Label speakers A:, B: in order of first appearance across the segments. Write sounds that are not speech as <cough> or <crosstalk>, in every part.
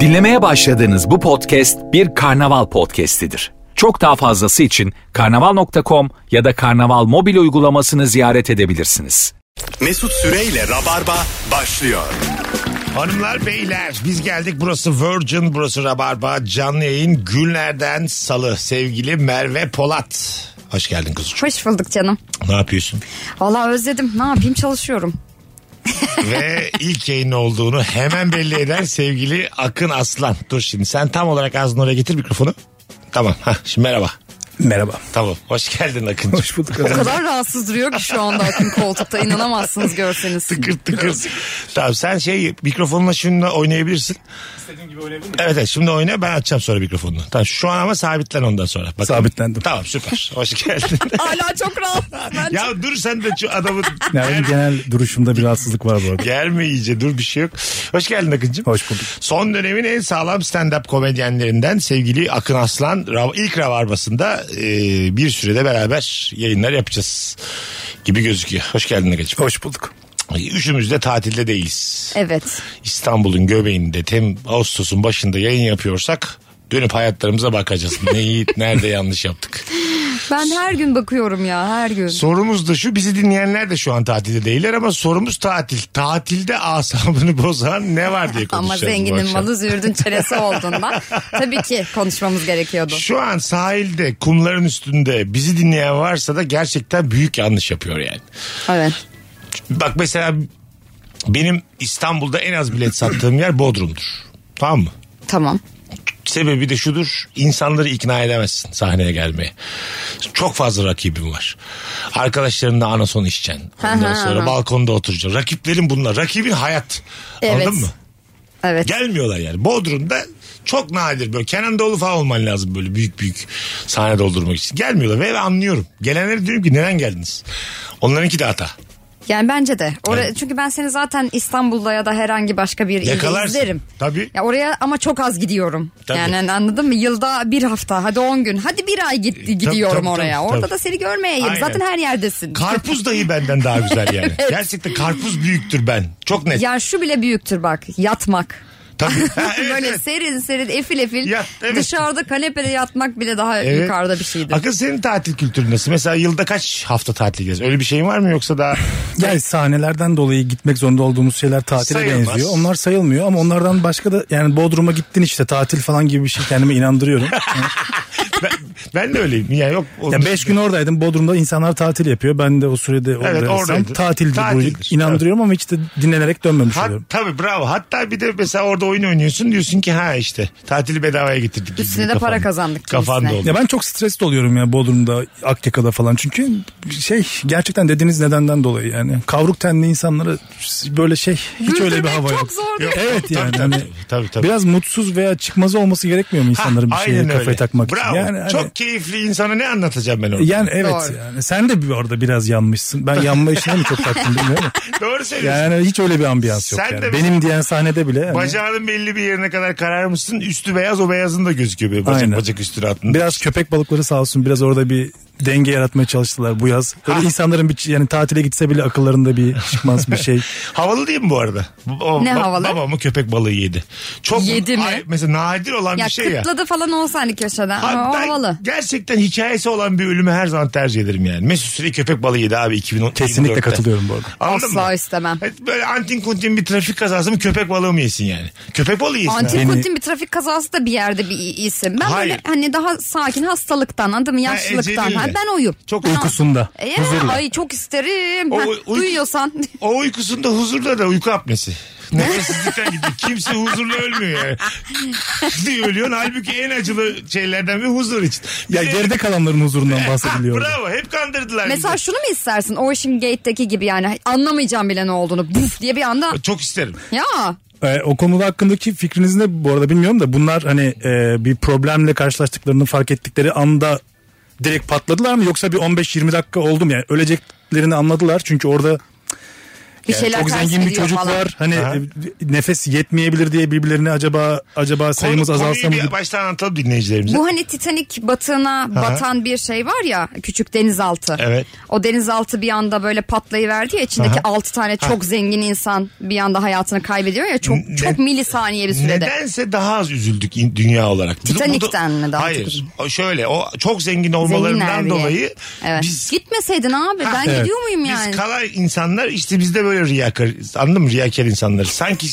A: Dinlemeye başladığınız bu podcast bir karnaval podcastidir. Çok daha fazlası için karnaval.com ya da karnaval mobil uygulamasını ziyaret edebilirsiniz.
B: Mesut Süreyle Rabarba başlıyor.
C: Hanımlar beyler biz geldik burası Virgin burası Rabarba canlı yayın günlerden salı sevgili Merve Polat. Hoş geldin kızım.
D: Hoş bulduk canım.
C: Ne yapıyorsun?
D: Valla özledim. Ne yapayım çalışıyorum.
C: Ve ilk yayın olduğunu hemen belli eden sevgili Akın Aslan. Dur şimdi sen tam olarak ağzını oraya getir mikrofonu. Tamam. Hah, şimdi merhaba.
E: Merhaba.
C: Tamam. Hoş geldin Akın.
E: Hoş bulduk.
D: O kadar rahatsız duruyor ki şu anda Akın
C: <laughs>
D: koltukta. inanamazsınız görseniz.
C: tıkır tıkır. tamam sen şey mikrofonla şununla oynayabilirsin. İstediğim gibi oynayabilir Evet evet şimdi oyna ben açacağım sonra mikrofonunu. Tamam şu an ama sabitlen ondan sonra. Bakın.
E: Sabitlendim.
C: Tamam süper. Hoş
E: <laughs>
C: geldin.
D: Hala çok rahat. Ben çok-
C: ya dur sen de şu adamı
E: Yani benim genel duruşumda bir rahatsızlık var bu arada.
C: gelme iyice dur bir şey yok. Hoş geldin Akıncığım.
E: Hoş bulduk.
C: Son dönemin en sağlam stand-up komedyenlerinden sevgili Akın Aslan Ra- ilk Rabarbası'nda e, bir sürede beraber yayınlar yapacağız gibi gözüküyor. Hoş geldin Akıncığım.
E: Hoş bulduk.
C: Üçümüz de tatilde değiliz.
D: Evet.
C: İstanbul'un göbeğinde tem Ağustos'un başında yayın yapıyorsak dönüp hayatlarımıza bakacağız. Neyi <laughs> nerede yanlış yaptık.
D: Ben her gün bakıyorum ya her gün.
C: Sorumuz da şu bizi dinleyenler de şu an tatilde değiller ama sorumuz tatil. Tatilde asabını <laughs> bozan ne var diye
D: Ama
C: konuşacağız bu
D: zenginin
C: akşam.
D: malı züğürdün
C: <laughs>
D: çeresi olduğundan. Tabii ki konuşmamız gerekiyordu.
C: Şu an sahilde kumların üstünde bizi dinleyen varsa da gerçekten büyük yanlış yapıyor yani.
D: Evet.
C: Bak mesela benim İstanbul'da en az bilet sattığım yer Bodrum'dur. Tamam mı?
D: Tamam.
C: Sebebi de şudur. insanları ikna edemezsin sahneye gelmeye. Çok fazla rakibim var. Arkadaşlarınla anason içeceksin. Ondan
D: Aha,
C: sonra
D: aha.
C: balkonda oturacaksın. Rakiplerin bunlar. Rakibin hayat.
D: Evet.
C: Anladın mı?
D: Evet.
C: Gelmiyorlar yani. Bodrum'da çok nadir böyle. Kenan Doğulu falan olman lazım böyle büyük büyük sahne doldurmak için. Gelmiyorlar ve anlıyorum. Gelenlere diyorum ki neden geldiniz? Onlarınki de hata.
D: Yani bence de. Oraya, Çünkü ben seni zaten İstanbul'da ya da herhangi başka bir ilde
C: Yakalarsın.
D: izlerim.
C: Tabii.
D: Ya oraya ama çok az gidiyorum.
C: Tabii.
D: Yani hani anladın mı? Yılda bir hafta hadi on gün hadi bir ay git, gidiyorum
C: tabii,
D: oraya.
C: tabii,
D: Orada
C: tabii.
D: da seni görmeyeyim.
C: Aynen.
D: Zaten her yerdesin.
C: Karpuz dahi benden daha güzel yani.
D: <laughs> Evet.
C: Gerçekten karpuz büyüktür ben. Çok net.
D: ya şu bile büyüktür bak yatmak. <laughs>
C: Tabii. Ha, <laughs> evet,
D: Böyle
C: evet.
D: serin serin efil efil
C: Yat, evet.
D: dışarıda kanepede yatmak bile daha
C: Evet.
D: yukarıda bir şeydir.
C: Akın senin tatil kültürün nasıl? Mesela yılda kaç hafta tatil gidiyorsun? Öyle bir şeyin var mı yoksa
D: <laughs>
C: daha
E: <laughs> Yani sahnelerden dolayı gitmek zorunda olduğumuz şeyler tatile
C: Sayılmaz.
E: benziyor. Onlar sayılmıyor ama onlardan başka da yani Bodrum'a gittin işte tatil falan gibi bir şey
C: <laughs>
E: kendime inandırıyorum.
C: ben, ben de öyleyim. Ya yok.
E: ya beş gün oradaydım Bodrum'da insanlar tatil yapıyor. Ben de o sürede oradaysam
C: oradaydın.
E: tatildir,
C: Tatildir.
E: bu inandırıyorum ama hiç de dinlenerek dönmemiş
C: Hat,
E: oluyorum.
C: tabii bravo. Hatta bir de mesela orada oyun oynuyorsun diyorsun ki ha işte tatili bedavaya getirdik. gibi
D: Üstüne de
C: kafan-
D: para kazandık
C: Kafan
D: gibisine.
C: doldu.
E: Ya ben çok stresli oluyorum ya Bodrum'da, Akyaka'da falan. Çünkü şey gerçekten dediğiniz nedenden dolayı yani. Kavruk tenli insanlara böyle şey hiç öyle bir
D: Güldürmek
E: hava
D: çok zor değil
C: Yok,
D: mi?
E: Evet
C: tabii,
E: yani
C: tabii,
E: hani
C: tabii, tabii.
E: biraz mutsuz veya çıkmazı olması gerekmiyor mu
C: Ha,
E: insanların bir şeye
C: aynen
E: kafayı
C: öyle.
E: takmak
C: bravo.
E: için? Yani, hani-
C: Çok keyifli insana ne anlatacağım ben orada?
E: yani evet
D: Doğru.
E: yani sen de bir orada biraz yanmışsın. Ben yanma işine mi çok taktım
C: <laughs>
E: bilmiyorum.
C: <laughs> Doğru söylüyorsun.
E: Yani hiç öyle bir ambiyans yok
C: Sen de
E: yani. Benim diyen sahnede bile hani
C: Bacağının belli bir yerine kadar kararmışsın. Üstü beyaz o beyazın da gözüküyor böyle. Bacak
E: Aynen.
C: bacak üstüne attın.
E: biraz köpek balıkları sağ olsun biraz orada bir denge yaratmaya çalıştılar bu yaz. Böyle
C: Ha.
E: insanların bir yani tatile gitse bile akıllarında <laughs> bir çıkmaz bir şey.
C: Havalı değil mi bu arada? O,
D: Ne havalı?
C: Babamı köpek balığı yedi. Çok,
D: Yedi mi?
C: mesela nadir olan
D: Ya
C: bir şey ya.
D: kıtladı falan olsa hani köşeden.
C: Abi
D: Ama o
C: ben
D: havalı.
C: gerçekten hikayesi olan bir ölümü her zaman tercih ederim yani. Mesut Süre köpek balığı yedi abi 2010.
E: Kesinlikle katılıyorum bu arada.
C: Anladın
D: Asla
C: mı?
D: istemem.
C: Evet, Böyle antin kuntin bir trafik kazası mı köpek balığı mı yesin yani? Köpek balığı yesin. abi.
D: Antin
E: Yani-
D: kuntin bir trafik kazası da bir yerde bir i- isim. Ben
C: Hayır.
D: böyle hani daha sakin hastalıktan anladın mı yaşlılıktan.
C: eceliyle.
D: Ha, ben oyum.
C: Çok
E: Uykusunda.
D: E,
E: Huzurla.
D: ay çok isterim.
C: O-
D: Ha,
C: uyku-
D: duyuyorsan.
C: O uykusunda huzurda da uyku apnesi. Nefessizlikten gidiyor. Kimse huzurla ölmüyor yani. Diye ölüyorsun. Halbuki en acılı şeylerden bir huzur için. Bir
E: Ya
C: de-
E: geride kalanların <laughs> huzurundan
C: Ha,
E: bahsediliyor. orada.
C: bravo hep kandırdılar.
D: Mesela
C: bizi.
D: şunu mu istersin? Ocean Gate'deki gibi yani anlamayacağım bile ne olduğunu. Buf diye bir anda.
C: Çok isterim.
D: Ya
E: Ee, o konuda hakkındaki fikriniz ne bu arada bilmiyorum da bunlar hani e, bir problemle karşılaştıklarını fark ettikleri anda direkt patladılar mı yoksa bir 15-20 dakika oldu mu yani öleceklerini anladılar çünkü orada
D: Bir şeyler
E: çok
D: ters
E: zengin bir
D: gidiyor
E: çocuk
D: falan.
E: var. Hani
C: Aha.
E: e, nefes yetmeyebilir diye birbirlerine acaba acaba sayımız
C: Konu-
E: azalsa mı?
C: Konuyu bir baştan anlatalım dinleyicilerimize.
D: Bu hani Titanic batığına batan bir şey var ya küçük denizaltı.
C: Evet.
D: O denizaltı bir anda böyle patlayıverdi ya içindeki
C: Aha.
D: 6 tane çok zengin insan bir anda hayatını kaybediyor ya çok
C: Ne-
D: çok milisaniye bir sürede.
C: Nedense daha az üzüldük in- dünya olarak. Bu- bu da-
D: Titanic'ten mi daha çok
C: Hayır.
D: üzüldük?
C: O şöyle o çok zengin
D: Zenginler
C: olmalarından
D: diye.
C: dolayı
D: Evet.
C: biz
D: Gitmeseydin abi ben
E: evet.
D: gidiyor muyum yani?
C: Biz kalan insanlar işte biz de böyle riyakar anladın mı riyakar insanlar. Sanki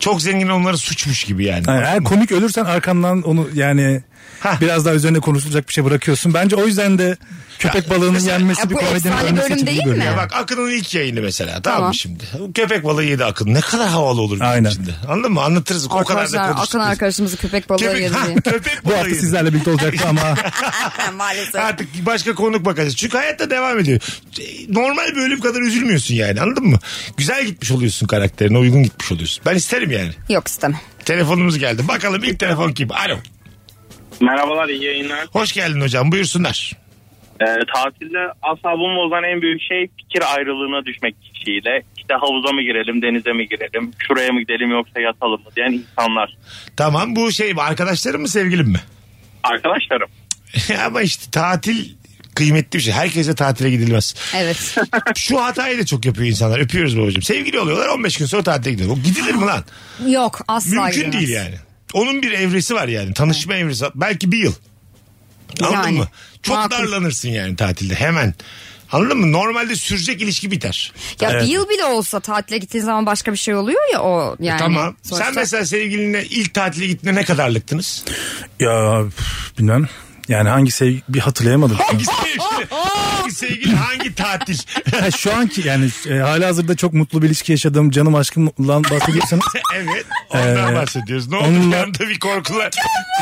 C: çok zengin onları suçmuş gibi yani.
E: Yani eğer komik ölürsen arkandan onu yani
C: Hah.
E: biraz daha üzerine konuşulacak bir şey bırakıyorsun. Bence o yüzden de köpek balığının yenmesi
D: Ya
E: bir
D: bu
E: komedinin
D: efsane
E: önüne
D: bölüm
E: seçildiği
D: değil
E: bölüm.
D: mi?
E: yani.
C: Bak Akın'ın ilk yayını mesela tamam, mı
D: Tamam.
C: şimdi? Köpek balığı yedi Akın. Ne kadar havalı olur bizim
E: Aynen.
C: içinde. Anladın mı? Anlatırız. o kadar da
D: Arkadaşlar
C: konuştuk.
D: Akın arkadaşımızı köpek balığı
C: Köpek,
D: yedi
C: ha, <laughs>
D: diye.
C: köpek
E: Bu
C: balığı
E: hafta
C: yedi.
E: sizlerle birlikte olacaktı ama
D: <laughs> Maalesef.
C: Artık başka konuk bakacağız. Çünkü hayatta devam ediyor. Normal bir ölüm kadar üzülmüyorsun yani anladın mı? Güzel gitmiş oluyorsun karakterine uygun gitmiş oluyorsun. Ben isterim yani.
D: Yok istemem.
C: Telefonumuz geldi. Bakalım ilk telefon kim? Alo.
F: Merhabalar iyi yayınlar.
C: Hoş geldin hocam buyursunlar.
F: Ee, tatilde asabımı bozan en büyük şey fikir ayrılığına düşmek kişiyle. İşte havuza mı girelim, denize mi girelim, şuraya mı gidelim yoksa yatalım mı diyen insanlar.
C: Tamam bu şey arkadaşlarım mı sevgilim mi? <laughs>
F: Arkadaşlarım.
C: Ama işte tatil kıymetli bir şey. Herkese tatile gidilmez.
D: <laughs> Evet.
C: Şu hatayı da çok yapıyor insanlar. Öpüyoruz babacığım. Sevgili oluyorlar 15 gün sonra tatile gidiyor. Bu gidilir mi lan?
D: Yok asla
C: Mümkün
D: gidemez.
C: değil yani. Onun bir evresi var yani. Tanışma evresi. Belki bir yıl. Anladın
D: Yani.
C: mı? Çok
D: Makul.
C: darlanırsın yani tatilde hemen. Anladın mı? Normalde sürecek ilişki biter.
D: Ya bir yıl bile olsa tatile gittiğin zaman başka bir şey oluyor ya o yani.
C: E, tamam.
D: Sonuçta-
C: Sen mesela sevgilinle ilk tatile gittiğinde ne
D: <laughs>
C: kadarlıktınız?
E: ya üf, bilmem. Yani hangi sevgi bir hatırlayamadım.
C: Hangi sevgili, hangi, sevgili, hangi tatil? <laughs>
E: Ha, şu anki yani e, hala hazırda çok mutlu bir ilişki yaşadığım canım aşkımla
D: <laughs>
E: bahsediyorsanız
C: evet. Ondan
E: Ee,
C: bahsediyoruz. Ne oldu?
E: onunla-
C: Bir anda bir korkular.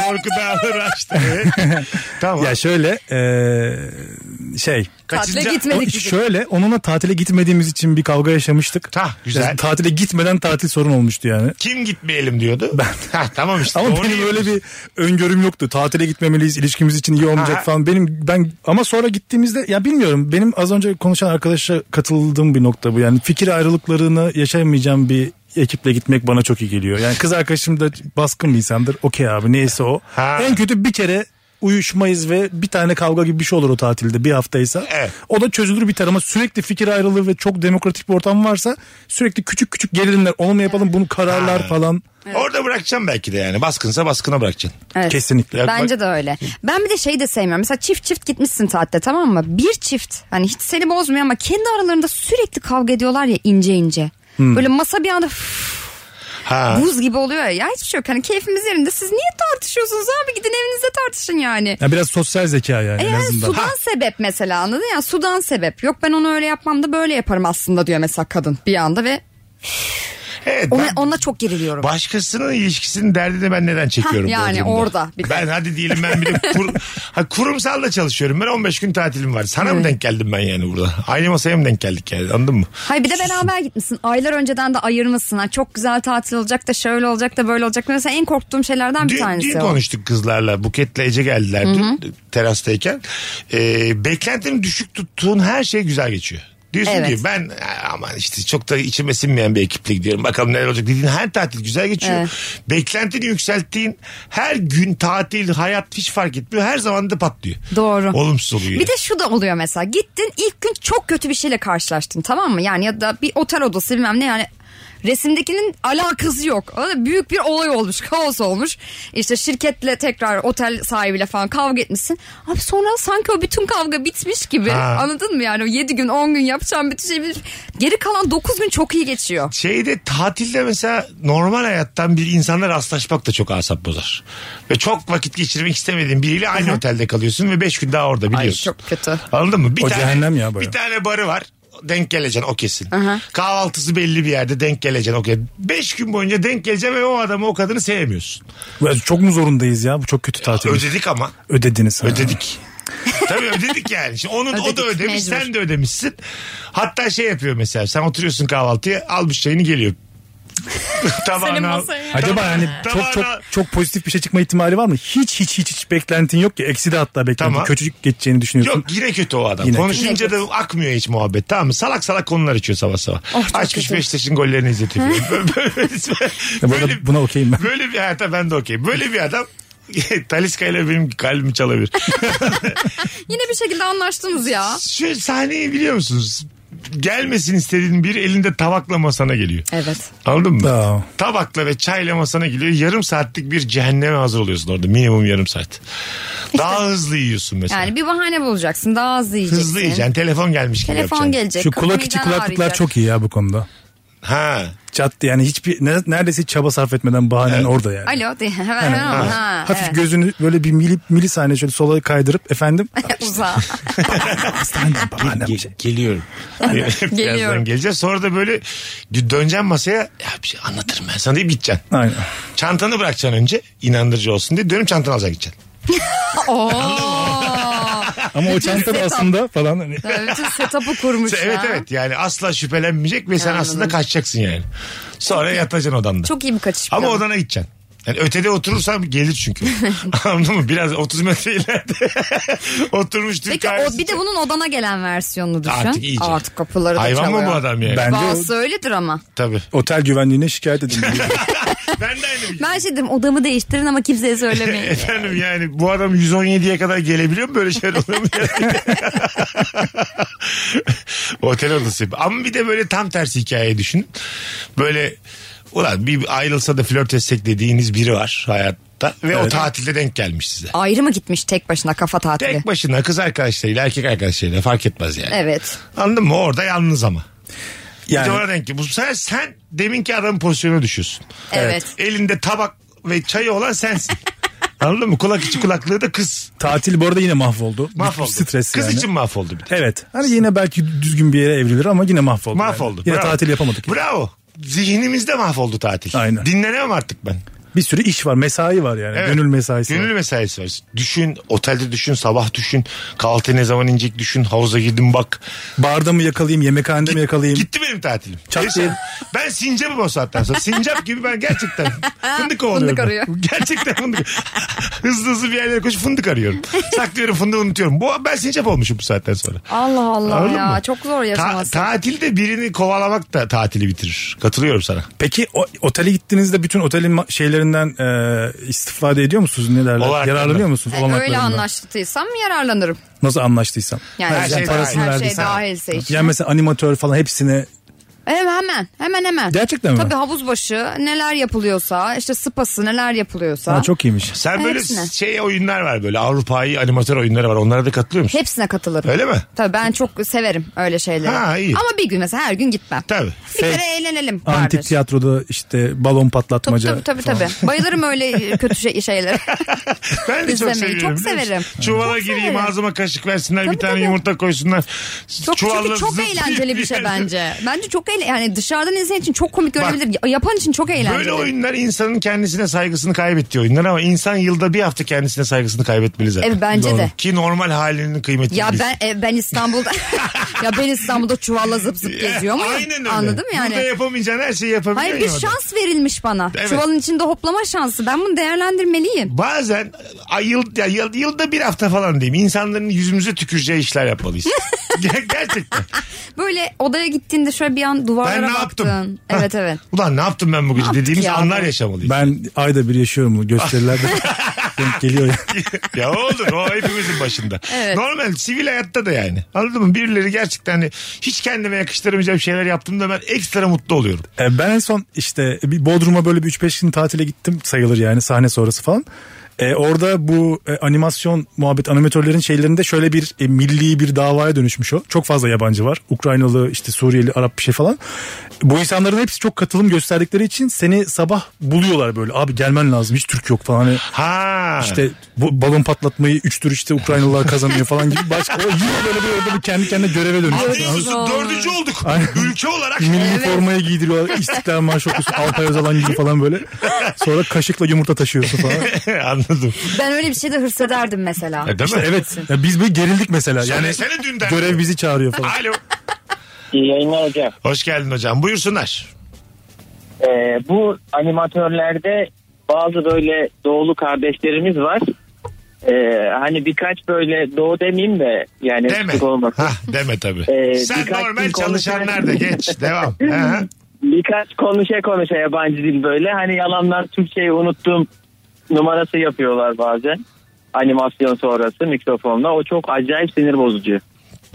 C: korku dağları açtı.
E: <laughs>
C: Evet. Tamam.
E: ya şöyle e, şey
D: Tatile
C: Kaçıncı-
D: gitmedik
E: O-
D: bizim.
E: Şöyle onunla tatile gitmediğimiz için bir kavga yaşamıştık.
C: Tah, güzel.
E: Yani tatile gitmeden tatil sorun olmuştu yani.
C: Kim gitmeyelim diyordu. Ben. tamam işte.
E: Ama
C: Doğru
E: benim öyle
C: yapıyorsun.
E: bir öngörüm yoktu. Tatile gitmemeliyiz, ilişkimiz için iyi olmayacak
C: Aha.
E: falan. Benim ben ama sonra gittiğimizde ya bilmiyorum. Benim az önce konuşan arkadaşa katıldığım bir nokta bu. Yani fikir ayrılıklarını yaşayamayacağım bir ekiple gitmek bana çok iyi geliyor. Yani kız arkadaşım da baskın bir insandır. Okey abi neyse o.
C: Ha.
E: En kötü bir kere uyuşmayız ve bir tane kavga gibi bir şey olur o tatilde bir haftaysa.
C: Evet.
E: O da çözülür biter ama sürekli fikir ayrılığı ve çok demokratik bir ortam varsa sürekli küçük küçük gerilimler onu mu yapalım bunu kararlar
C: Ha.
E: falan.
C: Orada bırakacağım belki de yani. Baskınsa baskına bırakacaksın.
D: Evet.
E: Kesinlikle.
C: Ya
D: Bence de öyle. Ben bir de şeyi de sevmiyorum. Mesela çift çift gitmişsin tatile tamam mı? Bir çift hani hiç seni bozmuyor ama kendi aralarında sürekli kavga ediyorlar ya ince ince. Böyle masa bir anda üf,
C: Ha.
D: buz gibi oluyor ya. ya. Hiçbir şey yok. Hani keyfimiz yerinde. Siz niye tartışıyorsunuz abi? Gidin evinizde tartışın yani.
E: Ya biraz sosyal zeka yani
D: E
E: en
D: Yani
E: azından.
D: sudan sebep mesela anladın ya sudan sebep. Yok ben onu öyle yapmam da böyle yaparım aslında diyor mesela kadın bir anda ve
C: Evet,
D: ona,
C: ben
D: onunla çok geriliyorum.
C: başkasının ilişkisinin derdini ben neden çekiyorum?
D: Hah, yani
C: bu durumda?
D: orada bir de.
C: ben hadi diyelim ben bir de
D: <laughs>
C: kur, ha, kurumsal da çalışıyorum. Ben 15 gün tatilim var. Sana mı denk geldim ben yani burada? Aynı masaya mı denk geldik yani anladın mı?
D: Hayır bir de beraber gitmişsin. Aylar önceden de ayırmışsın. Ha, çok güzel tatil olacak da şöyle olacak da böyle olacak. Mesela en korktuğum şeylerden bir
C: Dün,
D: tanesi
C: dün
D: o.
C: konuştuk kızlarla. Buket'le Ece geldiler dün terastayken. Ee, beklentini düşük tuttuğun her şey güzel geçiyor. Diyorsun
D: Evet.
C: ki ben "Aa, aman işte çok da içime sinmeyen bir ekiple gidiyorum. Bakalım neler olacak dediğin her tatil güzel geçiyor.
D: Evet.
C: Beklentini yükselttiğin her gün tatil, hayat hiç fark etmiyor. Her zaman da patlıyor.
D: Doğru.
C: Olumsuz oluyor.
D: Bir de şu da oluyor mesela. Gittin ilk gün çok kötü bir şeyle karşılaştın tamam mı? Yani ya da bir otel odası bilmem ne yani resimdekinin alakası yok. O da büyük bir olay olmuş. Kaos olmuş. İşte şirketle tekrar otel sahibiyle falan kavga etmişsin. Abi sonra sanki o bütün kavga bitmiş gibi.
C: Ha.
D: Anladın mı yani? O 7 gün 10 gün yapacağım bütün şey. bitmiş. Geri kalan 9 gün çok iyi geçiyor.
C: şeyde tatilde mesela normal hayattan bir insanla rastlaşmak da çok asap bozar. Ve çok vakit geçirmek istemediğin biriyle aynı otelde kalıyorsun ve 5 gün daha orada biliyorsun.
D: çok kötü.
C: Anladın mı? Bir
E: O cehennem ya bayağı.
C: Bir tane barı var. Denk geleceksin o kesin. Kahvaltısı belli bir yerde denk geleceksin o kesin. 5 gün boyunca denk geleceksin ve o adamı o kadını sevmiyorsun.
E: Ya Çok mu zorundayız ya? Bu çok kötü tatil.
C: Ödedik ama.
E: Ödediniz. ha.
C: Ödedik. <laughs> Tabii ödedik yani. Şimdi onun o da
D: Ödedik,
C: ödemiş,
D: mecbur.
C: sen de <laughs> ödemişsin. Hatta şey yapıyor mesela. Sen oturuyorsun kahvaltıya, almış çayını geliyor.
G: Senin
C: Tabağına-
G: masaya.
E: Acaba yani
C: Tamam.
E: çok çok çok pozitif bir şey çıkma ihtimali var mı? Hiç hiç hiç hiç beklentin yok ki. Eksi de hatta beklentin.
C: Tamam.
E: Kötücük geçeceğini düşünüyorsun.
C: Yok yine kötü o adam.
E: Yine
C: Konuşunca
D: kötü.
C: da akmıyor hiç muhabbet tamam mı? Salak salak konular içiyor sabah sabah.
D: Oh, çok
C: Açmış
D: kötü.
C: Beşiktaş'ın gollerini izletiyor.
E: Ya bu
C: böyle,
E: arada buna okeyim ben.
C: böyle bir hayata ben de okey. Böyle bir adam <laughs> Taliska ile benim kalbimi çalabilir.
D: Yine bir şekilde anlaştınız ya.
C: Şu sahneyi biliyor musunuz? Gelmesin istediğin biri elinde tabakla masana geliyor.
D: Evet.
C: Anladın mı?
E: Aa.
C: Tabakla ve çayla masana geliyor. Yarım saatlik bir cehenneme hazır oluyorsun orada. Minimum yarım saat. Daha hızlı yiyorsun mesela.
D: Yani bir bahane bulacaksın. Daha hızlı yiyeceksin.
C: hızlı yiyeceksin. Telefon gelmiş gibi
D: Telefon
C: yapacaksın.
D: gelecek.
E: Şu kulak içi
D: mideni
E: kulaklıklar
D: ağrıyacak.
E: çok iyi ya bu konuda.
C: Ha.
E: Çat diye yani hiçbir ne- neredeyse hiç çaba sarf etmeden bahanen orada yani.
D: Alo <laughs> diye. Hemen hemen ama, ha,
E: Hafif
D: evet.
E: gözünü böyle bir mili, milisaniye şöyle sola
D: <laughs>
E: kaydırıp efendim
D: Uza.
E: hastaneden bahanem
C: Ge-
E: şey.
C: <laughs> geliyorum. Birazdan
D: Geliyorum.
C: geleceğiz. Sonra da böyle döneceğim masaya. Ya bir şey anlatırım ben sana deyip gideceksin.
E: Aynen.
C: Çantanı bırakacaksın önce inandırıcı olsun diye. Dönüp çantanı alacaksın gideceksin.
D: Oo.
E: Ama o çanta da
D: setup.
E: aslında falan hani.
D: Ya Bütün setup'ı kurmuş
C: <laughs> evet
D: ya.
C: evet yani asla şüphelenmeyecek ve sen aslında kaçacaksın yani. Sonra yatacaksın odanda.
D: Çok iyi bir kaçış
C: Ama
D: planı.
C: odana gideceksin. Yani ötede oturursam gelir
D: <laughs>
C: çünkü. Anladın mı? Biraz 30 metre ileride <laughs> oturmuş Türk
D: Peki o,
C: ailesi.
D: bir de bunun odana gelen versiyonunu düşün.
C: Artık iyice.
D: Artık kapıları da
C: Hayvan
D: çalıyor.
C: mı bu adam yani?
E: Bence o-
D: Bazısı öyledir ama.
C: Tabii.
E: otel güvenliğine şikayet edin.
C: <laughs> Ben de aynı bir
D: <laughs> Ben şey dedim odamı değiştirin ama
C: <laughs>
D: kimseye söylemeyin.
C: Efendim yani bu adam 117'ye kadar gelebiliyor mu böyle şeyler oluyor mu? yani? <laughs> Otel odası. Ama bir de böyle tam tersi hikayeyi düşünün. Böyle ulan bir ayrılsa da flört etsek dediğiniz biri var hayatta ve o tatilde denk gelmiş size.
D: Ayrı mı gitmiş tek başına kafa tatili?
C: Tek başına kız arkadaşlarıyla erkek arkadaşlarıyla fark etmez yani.
D: Evet.
C: Anladın mı? Orada yalnız ama. Yani.
E: Yani
C: ona denk gel- Bu sefer sen deminki adamın pozisyonuna düşüyorsun.
D: Evet.
C: Elinde tabak ve çayı olan <laughs> sensin. Anladın mı? Kulak içi kulaklığı da kız.
E: tatil bu arada yine mahvoldu.
C: Mahvoldu.
E: Bütün Stres
C: Kız
E: yani.
C: için mahvoldu bir de.
E: Evet. Hani yine belki düzgün bir yere evrilir ama yine mahvoldu. yani.
C: Mahvoldu.
E: Yine
C: Bravo.
E: tatil yapamadık. yani.
C: Bravo. Zihnimizde mahvoldu tatil.
E: Aynen.
C: Dinlenemem artık ben.
E: Bir sürü iş var. Mesai var yani.
C: Evet.
E: Gönül mesaisi
C: Gönül
E: var.
C: mesaisi var. Düşün, otelde düşün, sabah düşün, kahvaltı ne zaman inecek düşün, havuza girdim bak.
E: Barda mı yakalayayım, yemekhanede mi yakalayayım?
C: Gitti benim tatilim.
E: Çat
C: Neyse,
E: diye-
C: Ben sincapım o saatten sonra. Sincap gibi ben gerçekten fındık ovalıyorum.
D: Fındık arıyor.
C: Gerçekten fındık. <laughs> hızlı hızlı bir yerlere koşup fındık arıyorum. Saklıyorum fındığı unutuyorum. Bu, ben sincap olmuşum bu saatten sonra.
D: Allah Allah
C: Anladın
D: ya
C: mı?
D: çok zor
C: Ta-
D: yaşaması.
C: tatilde birini kovalamak da tatili bitirir. Katılıyorum sana.
E: Peki o, otele gittiğinizde bütün otelin ma- şeylerinden e, istifade ediyor musunuz? Ne derler?
C: Olanaklarından.
E: Yararlanıyor musunuz?
D: Öyle
E: Olanaklarından.
D: anlaştıysam yararlanırım.
E: Nasıl anlaştıysam.
D: Yani her
E: Her
D: şey
E: şey parasını
D: dahil. Her şey
E: verdiysen.
D: dahilse için.
E: Yani mesela animatör falan hepsine
D: Hemen hemen hemen hemen.
E: Gerçekten mi?
D: Tabii havuz başı neler yapılıyorsa işte spası neler yapılıyorsa.
E: Aa, çok iyiymiş.
C: Sen böyle
D: Hepsine.
C: şey oyunlar var böyle Avrupa'yı animatör oyunları var. Onlara da katılıyor musun?
D: Hepsine katılırım.
C: Öyle mi?
D: Tabii ben çok severim öyle şeyleri.
C: Ha, iyi.
D: Ama bir gün mesela her gün gitmem.
C: Tabii.
D: Bir kere eğlenelim vardır.
E: Antik tiyatroda işte balon
D: Tabii
E: patlatmaca.
D: tabii tabii,
E: falan.
D: tabii. Bayılırım öyle kötü
C: <laughs>
D: şey, şeylere.
C: Ben de çok
D: <laughs> İzlemeyi
C: seviyorum.
D: çok
C: biliyor musun?
D: severim.
C: Çuvala
D: Çok
C: gireyim
D: severim.
C: ağzıma kaşık versinler bir
D: Tabii,
C: tane
D: tabii.
C: yumurta koysunlar.
D: Çok,
C: Çuvalla
D: çünkü çok
C: zıplayıp
D: eğlenceli bir şey
C: yerden-
D: bence. Bence çok eğlenceli. Yani dışarıdan izleyen için çok komik görünebilir. Yapan için çok eğlenceli.
C: Böyle oyunlar insanın kendisine saygısını kaybettiği oyunlar ama insan yılda bir hafta kendisine saygısını kaybetmeli zaten.
D: Evet, E, bence Doğru. de.
C: Ki normal halinin kıymetini
D: Ya
C: bilsin.
D: ben e, ben İstanbul'da <laughs> ya ben İstanbul'da çuvalla zıp zıp geziyor ama
C: Eh, Aynen öyle.
D: anladım
C: Burada
D: yani.
C: yapamayacağın her şeyi yapabiliyor.
D: Hayır bir
C: ya orada.
D: şans verilmiş bana.
C: Evet.
D: Çuvalın içinde hoplama şansı. Ben bunu değerlendirmeliyim.
C: Bazen ay, yıl, ya, yıl- yılda bir hafta falan diyeyim insanların yüzümüze tüküreceği işler
D: <laughs>
C: yapmalıyız. Ger- Gerçekten.
D: Böyle odaya gittiğinde şöyle bir an duvarlara
C: Ben ne
D: baktın.
C: yaptım?
E: <laughs>
D: Evet
C: Hah.
D: evet.
C: Ulan ne yaptım ben bu gece
D: yaptık
C: dediğimiz
D: ya?
C: anlar yaşamalıyız.
E: Ben ayda bir yaşıyorum bunu gösterilerde. Denk geliyor ya.
C: <laughs> ya olur o hepimizin başında.
D: Evet.
C: Normal sivil hayatta da yani. Anladın mı? Birileri gerçekten hani hiç kendime yakıştıramayacağım şeyler yaptığımda ben ekstra mutlu oluyorum.
E: E, ben en son işte bir Bodrum'a böyle bir 3-5 gün tatile gittim sayılır yani sahne sonrası falan. E, orada bu e, animasyon muhabbet animatörlerin şeylerinde şöyle bir e, milli bir davaya dönüşmüş o. Çok fazla yabancı var. Ukraynalı işte Suriyeli Arap bir şey falan. Bu insanların hepsi çok katılım gösterdikleri için seni sabah buluyorlar böyle. Abi gelmen lazım hiç Türk yok falan. Hani
C: Ha.
E: işte bu balon patlatmayı üç tür işte Ukraynalılar kazanıyor falan gibi. Başka o yine böyle bir orada bir kendi kendine göreve dönüşüyor.
C: Anlıyor musun? Dördüncü olduk. Ülke olarak.
E: Milli formayı giydiriyorlar. İstiklal Marşı okuyorsun. Alpay Özalan gibi falan böyle. Sonra kaşıkla yumurta taşıyorsun falan.
C: <laughs> Anladım.
D: Ben öyle bir şeyde hırs ederdim mesela.
C: E, değil mi?
E: evet. Ya biz böyle gerildik mesela.
C: Yani,
E: Yani
C: Söylesene dünden.
E: görev bizi çağırıyor falan.
C: Alo.
H: İyi yayınlar hocam.
C: Hoş geldin hocam. Buyursunlar.
G: Ee, bu animatörlerde bazı böyle doğulu kardeşlerimiz var. Ee, hani birkaç böyle doğu demeyeyim de yani
C: Deme.
G: eksik olmasın.
C: Hah, deme tabii.
G: Ee,
C: Sen
G: birkaç
C: normal
G: gün
C: çalışan
G: konuşan-
C: nerede? Geç.
G: <laughs>
C: Devam. Ha, ha.
G: Birkaç konuşa konuşa yabancı dil böyle hani yalanlar Türkçeyi unuttum numarası yapıyorlar bazen. Animasyon sonrası mikrofonla o çok acayip sinir bozucu.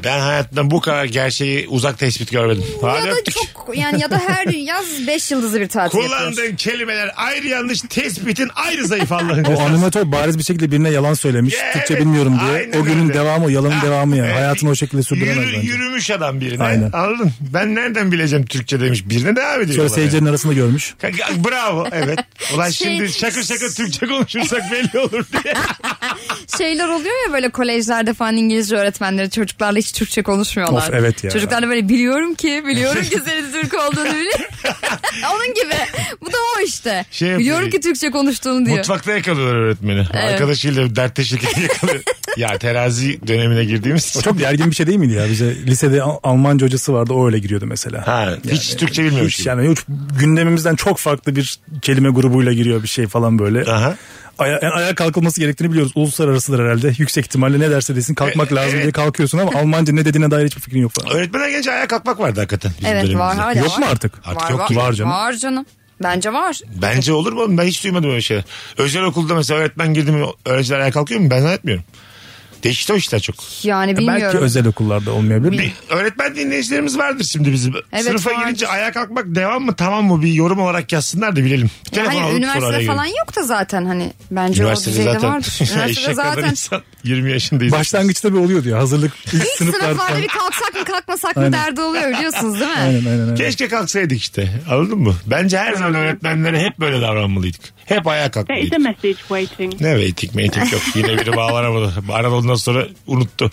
C: Ben hayatımda bu kadar gerçeği uzak tespit görmedim. Hadi
D: ya da
C: öptük.
D: çok yani ya da her yaz 5 yıldızlı bir tatil yapıyorsun.
C: <laughs> Kullandığın kelimeler ayrı yanlış tespitin ayrı zayıf Allah'ın
E: <laughs> O
C: cezası. <laughs>
E: animatör bariz bir şekilde birine yalan söylemiş.
C: Ya
E: Türkçe
C: evet,
E: bilmiyorum diye.
C: aynen
E: O günün
C: öyle.
E: devamı, yalanın
C: Ha,
E: devamı yani.
C: evet.
E: Hayatını o şekilde sürdüremez
C: Yürü-
E: bence.
C: Yürümüş adam birine.
E: Aynen.
C: Anladın? Ben nereden bileceğim Türkçe demiş. Birine devam ediyor.
E: Sonra
C: olay.
E: seyircilerin arasında görmüş.
C: Kanka, Bravo evet. Ulan
D: Şey-
C: şimdi şakır şakır Türkçe konuşursak belli olur diye.
D: Şeyler oluyor ya böyle kolejlerde falan İngilizce öğretmenleri çocuklarla hiç Türkçe konuşmuyorlar.
E: Of, evet ya.
D: Çocuklar da böyle biliyorum ki biliyorum ki
E: <laughs>
D: senin Türk olduğunu biliyorum. <laughs> Onun gibi. Bu da o işte.
C: Şey yapıyor.
D: biliyorum ki Türkçe konuştuğunu diyor.
C: Mutfakta yakalıyorlar öğretmeni. Arkadaşıyla
D: <laughs>
C: dertleşirken yakalıyor. ya terazi dönemine girdiğimiz için.
E: O çok gergin bir şey değil miydi ya? Bize lisede Al- Almanca hocası vardı o öyle giriyordu mesela.
C: Ha, hiç Türkçe bilmiyormuş
E: Hiç
C: gibi.
E: yani hiç gündemimizden çok farklı bir kelime grubuyla giriyor bir şey falan böyle.
C: Aha.
E: Aya, yani ayağa kalkılması gerektiğini biliyoruz. Uluslararasıdır herhalde. Yüksek ihtimalle ne derse desin kalkmak
C: E-
E: lazım
C: evet.
E: diye kalkıyorsun ama Almanca ne dediğine dair hiçbir fikrin yok falan.
C: Öğretmenler gelince ayağa kalkmak vardı hakikaten. bizim
D: Evet var
C: dönemimizde.
D: hala
E: Yok
D: var.
E: mu artık?
C: Artık
D: var,
C: yoktur.
D: var.
E: Var canım.
D: Var canım. Bence var.
C: Bence olur mu? oğlum? Ben hiç duymadım öyle şeyler. Özel okulda mesela öğretmen girdi mi öğrenciler ayağa kalkıyor mu? Ben zannetmiyorum. Değişti o işler çok.
D: Yani bilmiyorum.
E: E, Belki özel okullarda olmayabilir.
C: Bir öğretmen dinleyicilerimiz vardır şimdi bizim.
D: Evet,
C: Sınıfa
D: vardır.
C: girince ayağa kalkmak devam mı tamam mı bir yorum olarak yazsınlar da bilelim.
D: Ya
C: Telefon
D: hani
C: alıp sonra araya
D: üniversitede
C: girelim.
D: falan yok da zaten hani bence o
C: <laughs>
D: düzeyde vardır. Üniversitede
C: Eşek kadar
D: zaten
C: insan. 20 yaşındayız.
E: Başlangıçta bir oluyordu ya hazırlık ilk
D: ilk sınıflarda
E: falan.
D: bir kalksak mı kalkmasak mı
E: Aynen.
D: derdi oluyor biliyorsunuz değil mi?
E: Aynen aynen. aynen.
C: Keşke kalksaydık işte. Anladın mı? Bence her zaman öğretmenlere hep böyle davranmalıydık. Hep ayağa
H: There is
C: kalkmalıydık.
H: a message waiting.
C: Ne veytik meytik yok. Yine biri bağlanamadı. Arada ondan sonra unuttu.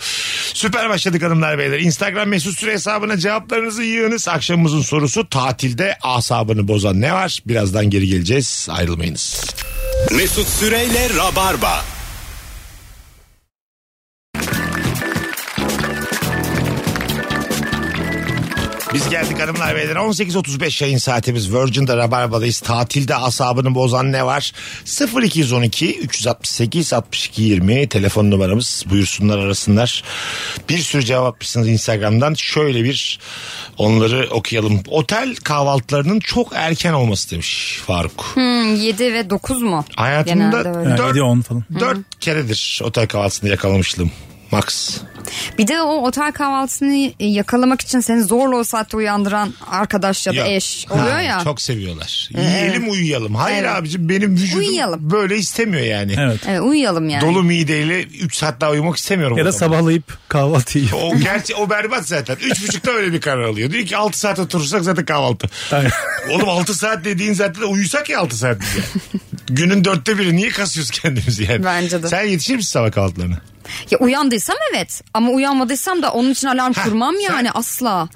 C: Süper başladık hanımlar beyler. Instagram mesut süre hesabına cevaplarınızı yığınız. Akşamımızın sorusu tatilde asabını bozan ne var? Birazdan geri geleceğiz. Ayrılmayınız.
B: Mesut Süreyle Rabarba.
C: Biz geldik hanımlar beyler 18.35 yayın saatimiz Virgin'de Rabarba'dayız. Tatilde asabını bozan ne var? 0212 368 62 20 telefon numaramız buyursunlar arasınlar. Bir sürü cevap atmışsınız Instagram'dan. Şöyle bir onları okuyalım. Otel kahvaltılarının çok erken olması demiş Faruk.
D: Hmm, 7 ve 9 mu?
C: Hayatımda
D: Genelde öyle.
E: Yani
C: Dört-
E: yedi, on falan.
C: Dört keredir otel kahvaltısında yakalamışlığım. Max.
D: Bir de o otel kahvaltısını yakalamak için seni zorla o saatte uyandıran arkadaş ya da
C: Ya.
D: eş oluyor
C: Ha,
D: ya.
C: Çok seviyorlar. Yiyelim uyuyalım. Hayır
D: Evet.
C: abicim benim vücudum
D: Uyuyalım.
C: böyle istemiyor yani.
E: Evet.
D: Evet, uyuyalım yani.
C: Dolu mideyle 3 saat daha uyumak istemiyorum.
E: Ya
C: o
E: da
C: zaman.
E: sabahlayıp kahvaltıyı yap.
C: O gerçi o berbat zaten. Üç buçukta öyle bir karar alıyor. Diyor ki 6 saat oturursak zaten kahvaltı.
E: Aynen.
C: Oğlum 6 saat dediğin zaten de uyusak ya 6 saat bize. Günün dörtte biri niye kasıyoruz kendimizi yani?
D: Bence de.
C: Sen yetişir misin sabah kahvaltılarına?
D: Ya uyandıysam evet ama uyanmadıysam da onun için alarm kurmam yani asla.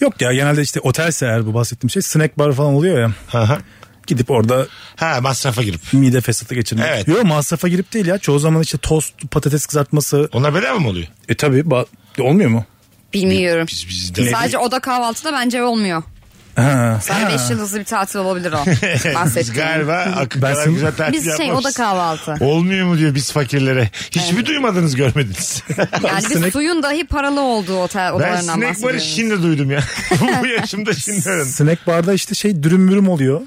E: Yok ya genelde işte otelse eğer bu bahsettiğim şey snack bar falan oluyor ya.
C: Aha.
E: Gidip orada
C: Ha masrafa girip.
E: mide fesatı geçirmek.
C: Evet.
E: Yok masrafa girip değil ya. Çoğu zaman işte tost, patates kızartması.
C: Onlar bedava mı oluyor?
E: E tabi ba- olmuyor mu?
D: Bilmiyorum.
C: Biz bizde. <laughs>
D: Sadece oda kahvaltıda bence olmuyor.
E: Ha.
D: Sadece 5 yıldızlı bir tatil
C: <laughs>
D: olabilir o.
C: Biz
D: Bahsettiğim. <laughs>
C: galiba akıl
E: Ben
C: kadar
E: sen-
C: güzel tatil
D: Biz şey
C: yapmamışız.
D: oda kahvaltı.
C: Olmuyor mu diyor biz fakirlere. Hiç mi duymadınız görmediniz?
D: Yani biz
E: Sinek-
D: suyun dahi paralı olduğu otel
C: ben
D: odalarından
C: sinek barı
D: bahsediyoruz.
C: şimdi duydum ya. <laughs> Bu yaşımda
D: <laughs>
C: şimdi öğrendim.
E: Snack barda işte şey dürüm mürüm oluyor.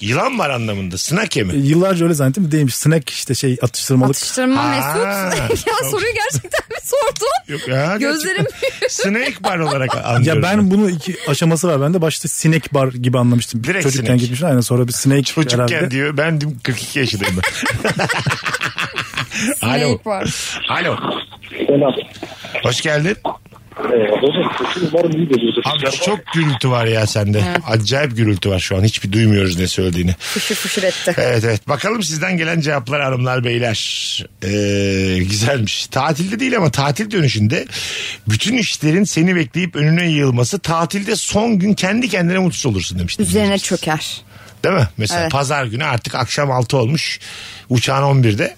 C: Yılan var anlamında. Sınak yemi.
E: E, Yıllarca öyle zannettim. Değilmiş. Snack işte şey atıştırmalık.
D: Atıştırma
C: Ha,
D: Mesut. <laughs> ya
C: çok-
D: soruyu gerçekten mi sordun?
C: Yok ya. <laughs>
D: Gözlerim
C: Snake bar olarak anlıyorum.
E: Ya ben bunu iki aşaması var bende. Başta sinek bar gibi anlamıştım.
C: Direkt
E: Çocukken
C: sinek.
E: gitmiş aynen sonra bir sinek
C: çocukken
E: herhalde.
C: diyor. Ben diyorum 42 yaşındayım. ben. Alo.
D: Sinek var.
C: Alo. Hoş geldin. Abi çok gürültü var ya sende. Acayip gürültü var şu an. Hiçbir duymuyoruz ne söylediğini.
D: Fışır fışır etti.
C: Evet evet. Bakalım sizden gelen cevaplar hanımlar beyler. Ee, güzelmiş. Tatilde değil ama tatil dönüşünde bütün işlerin seni bekleyip önüne yığılması tatilde son gün kendi kendine mutsuz olursun demiştim.
D: Üzerine çöker.
C: Değil mi? Mesela
D: Evet.
C: pazar günü artık akşam 6 olmuş. Uçağın 11'de.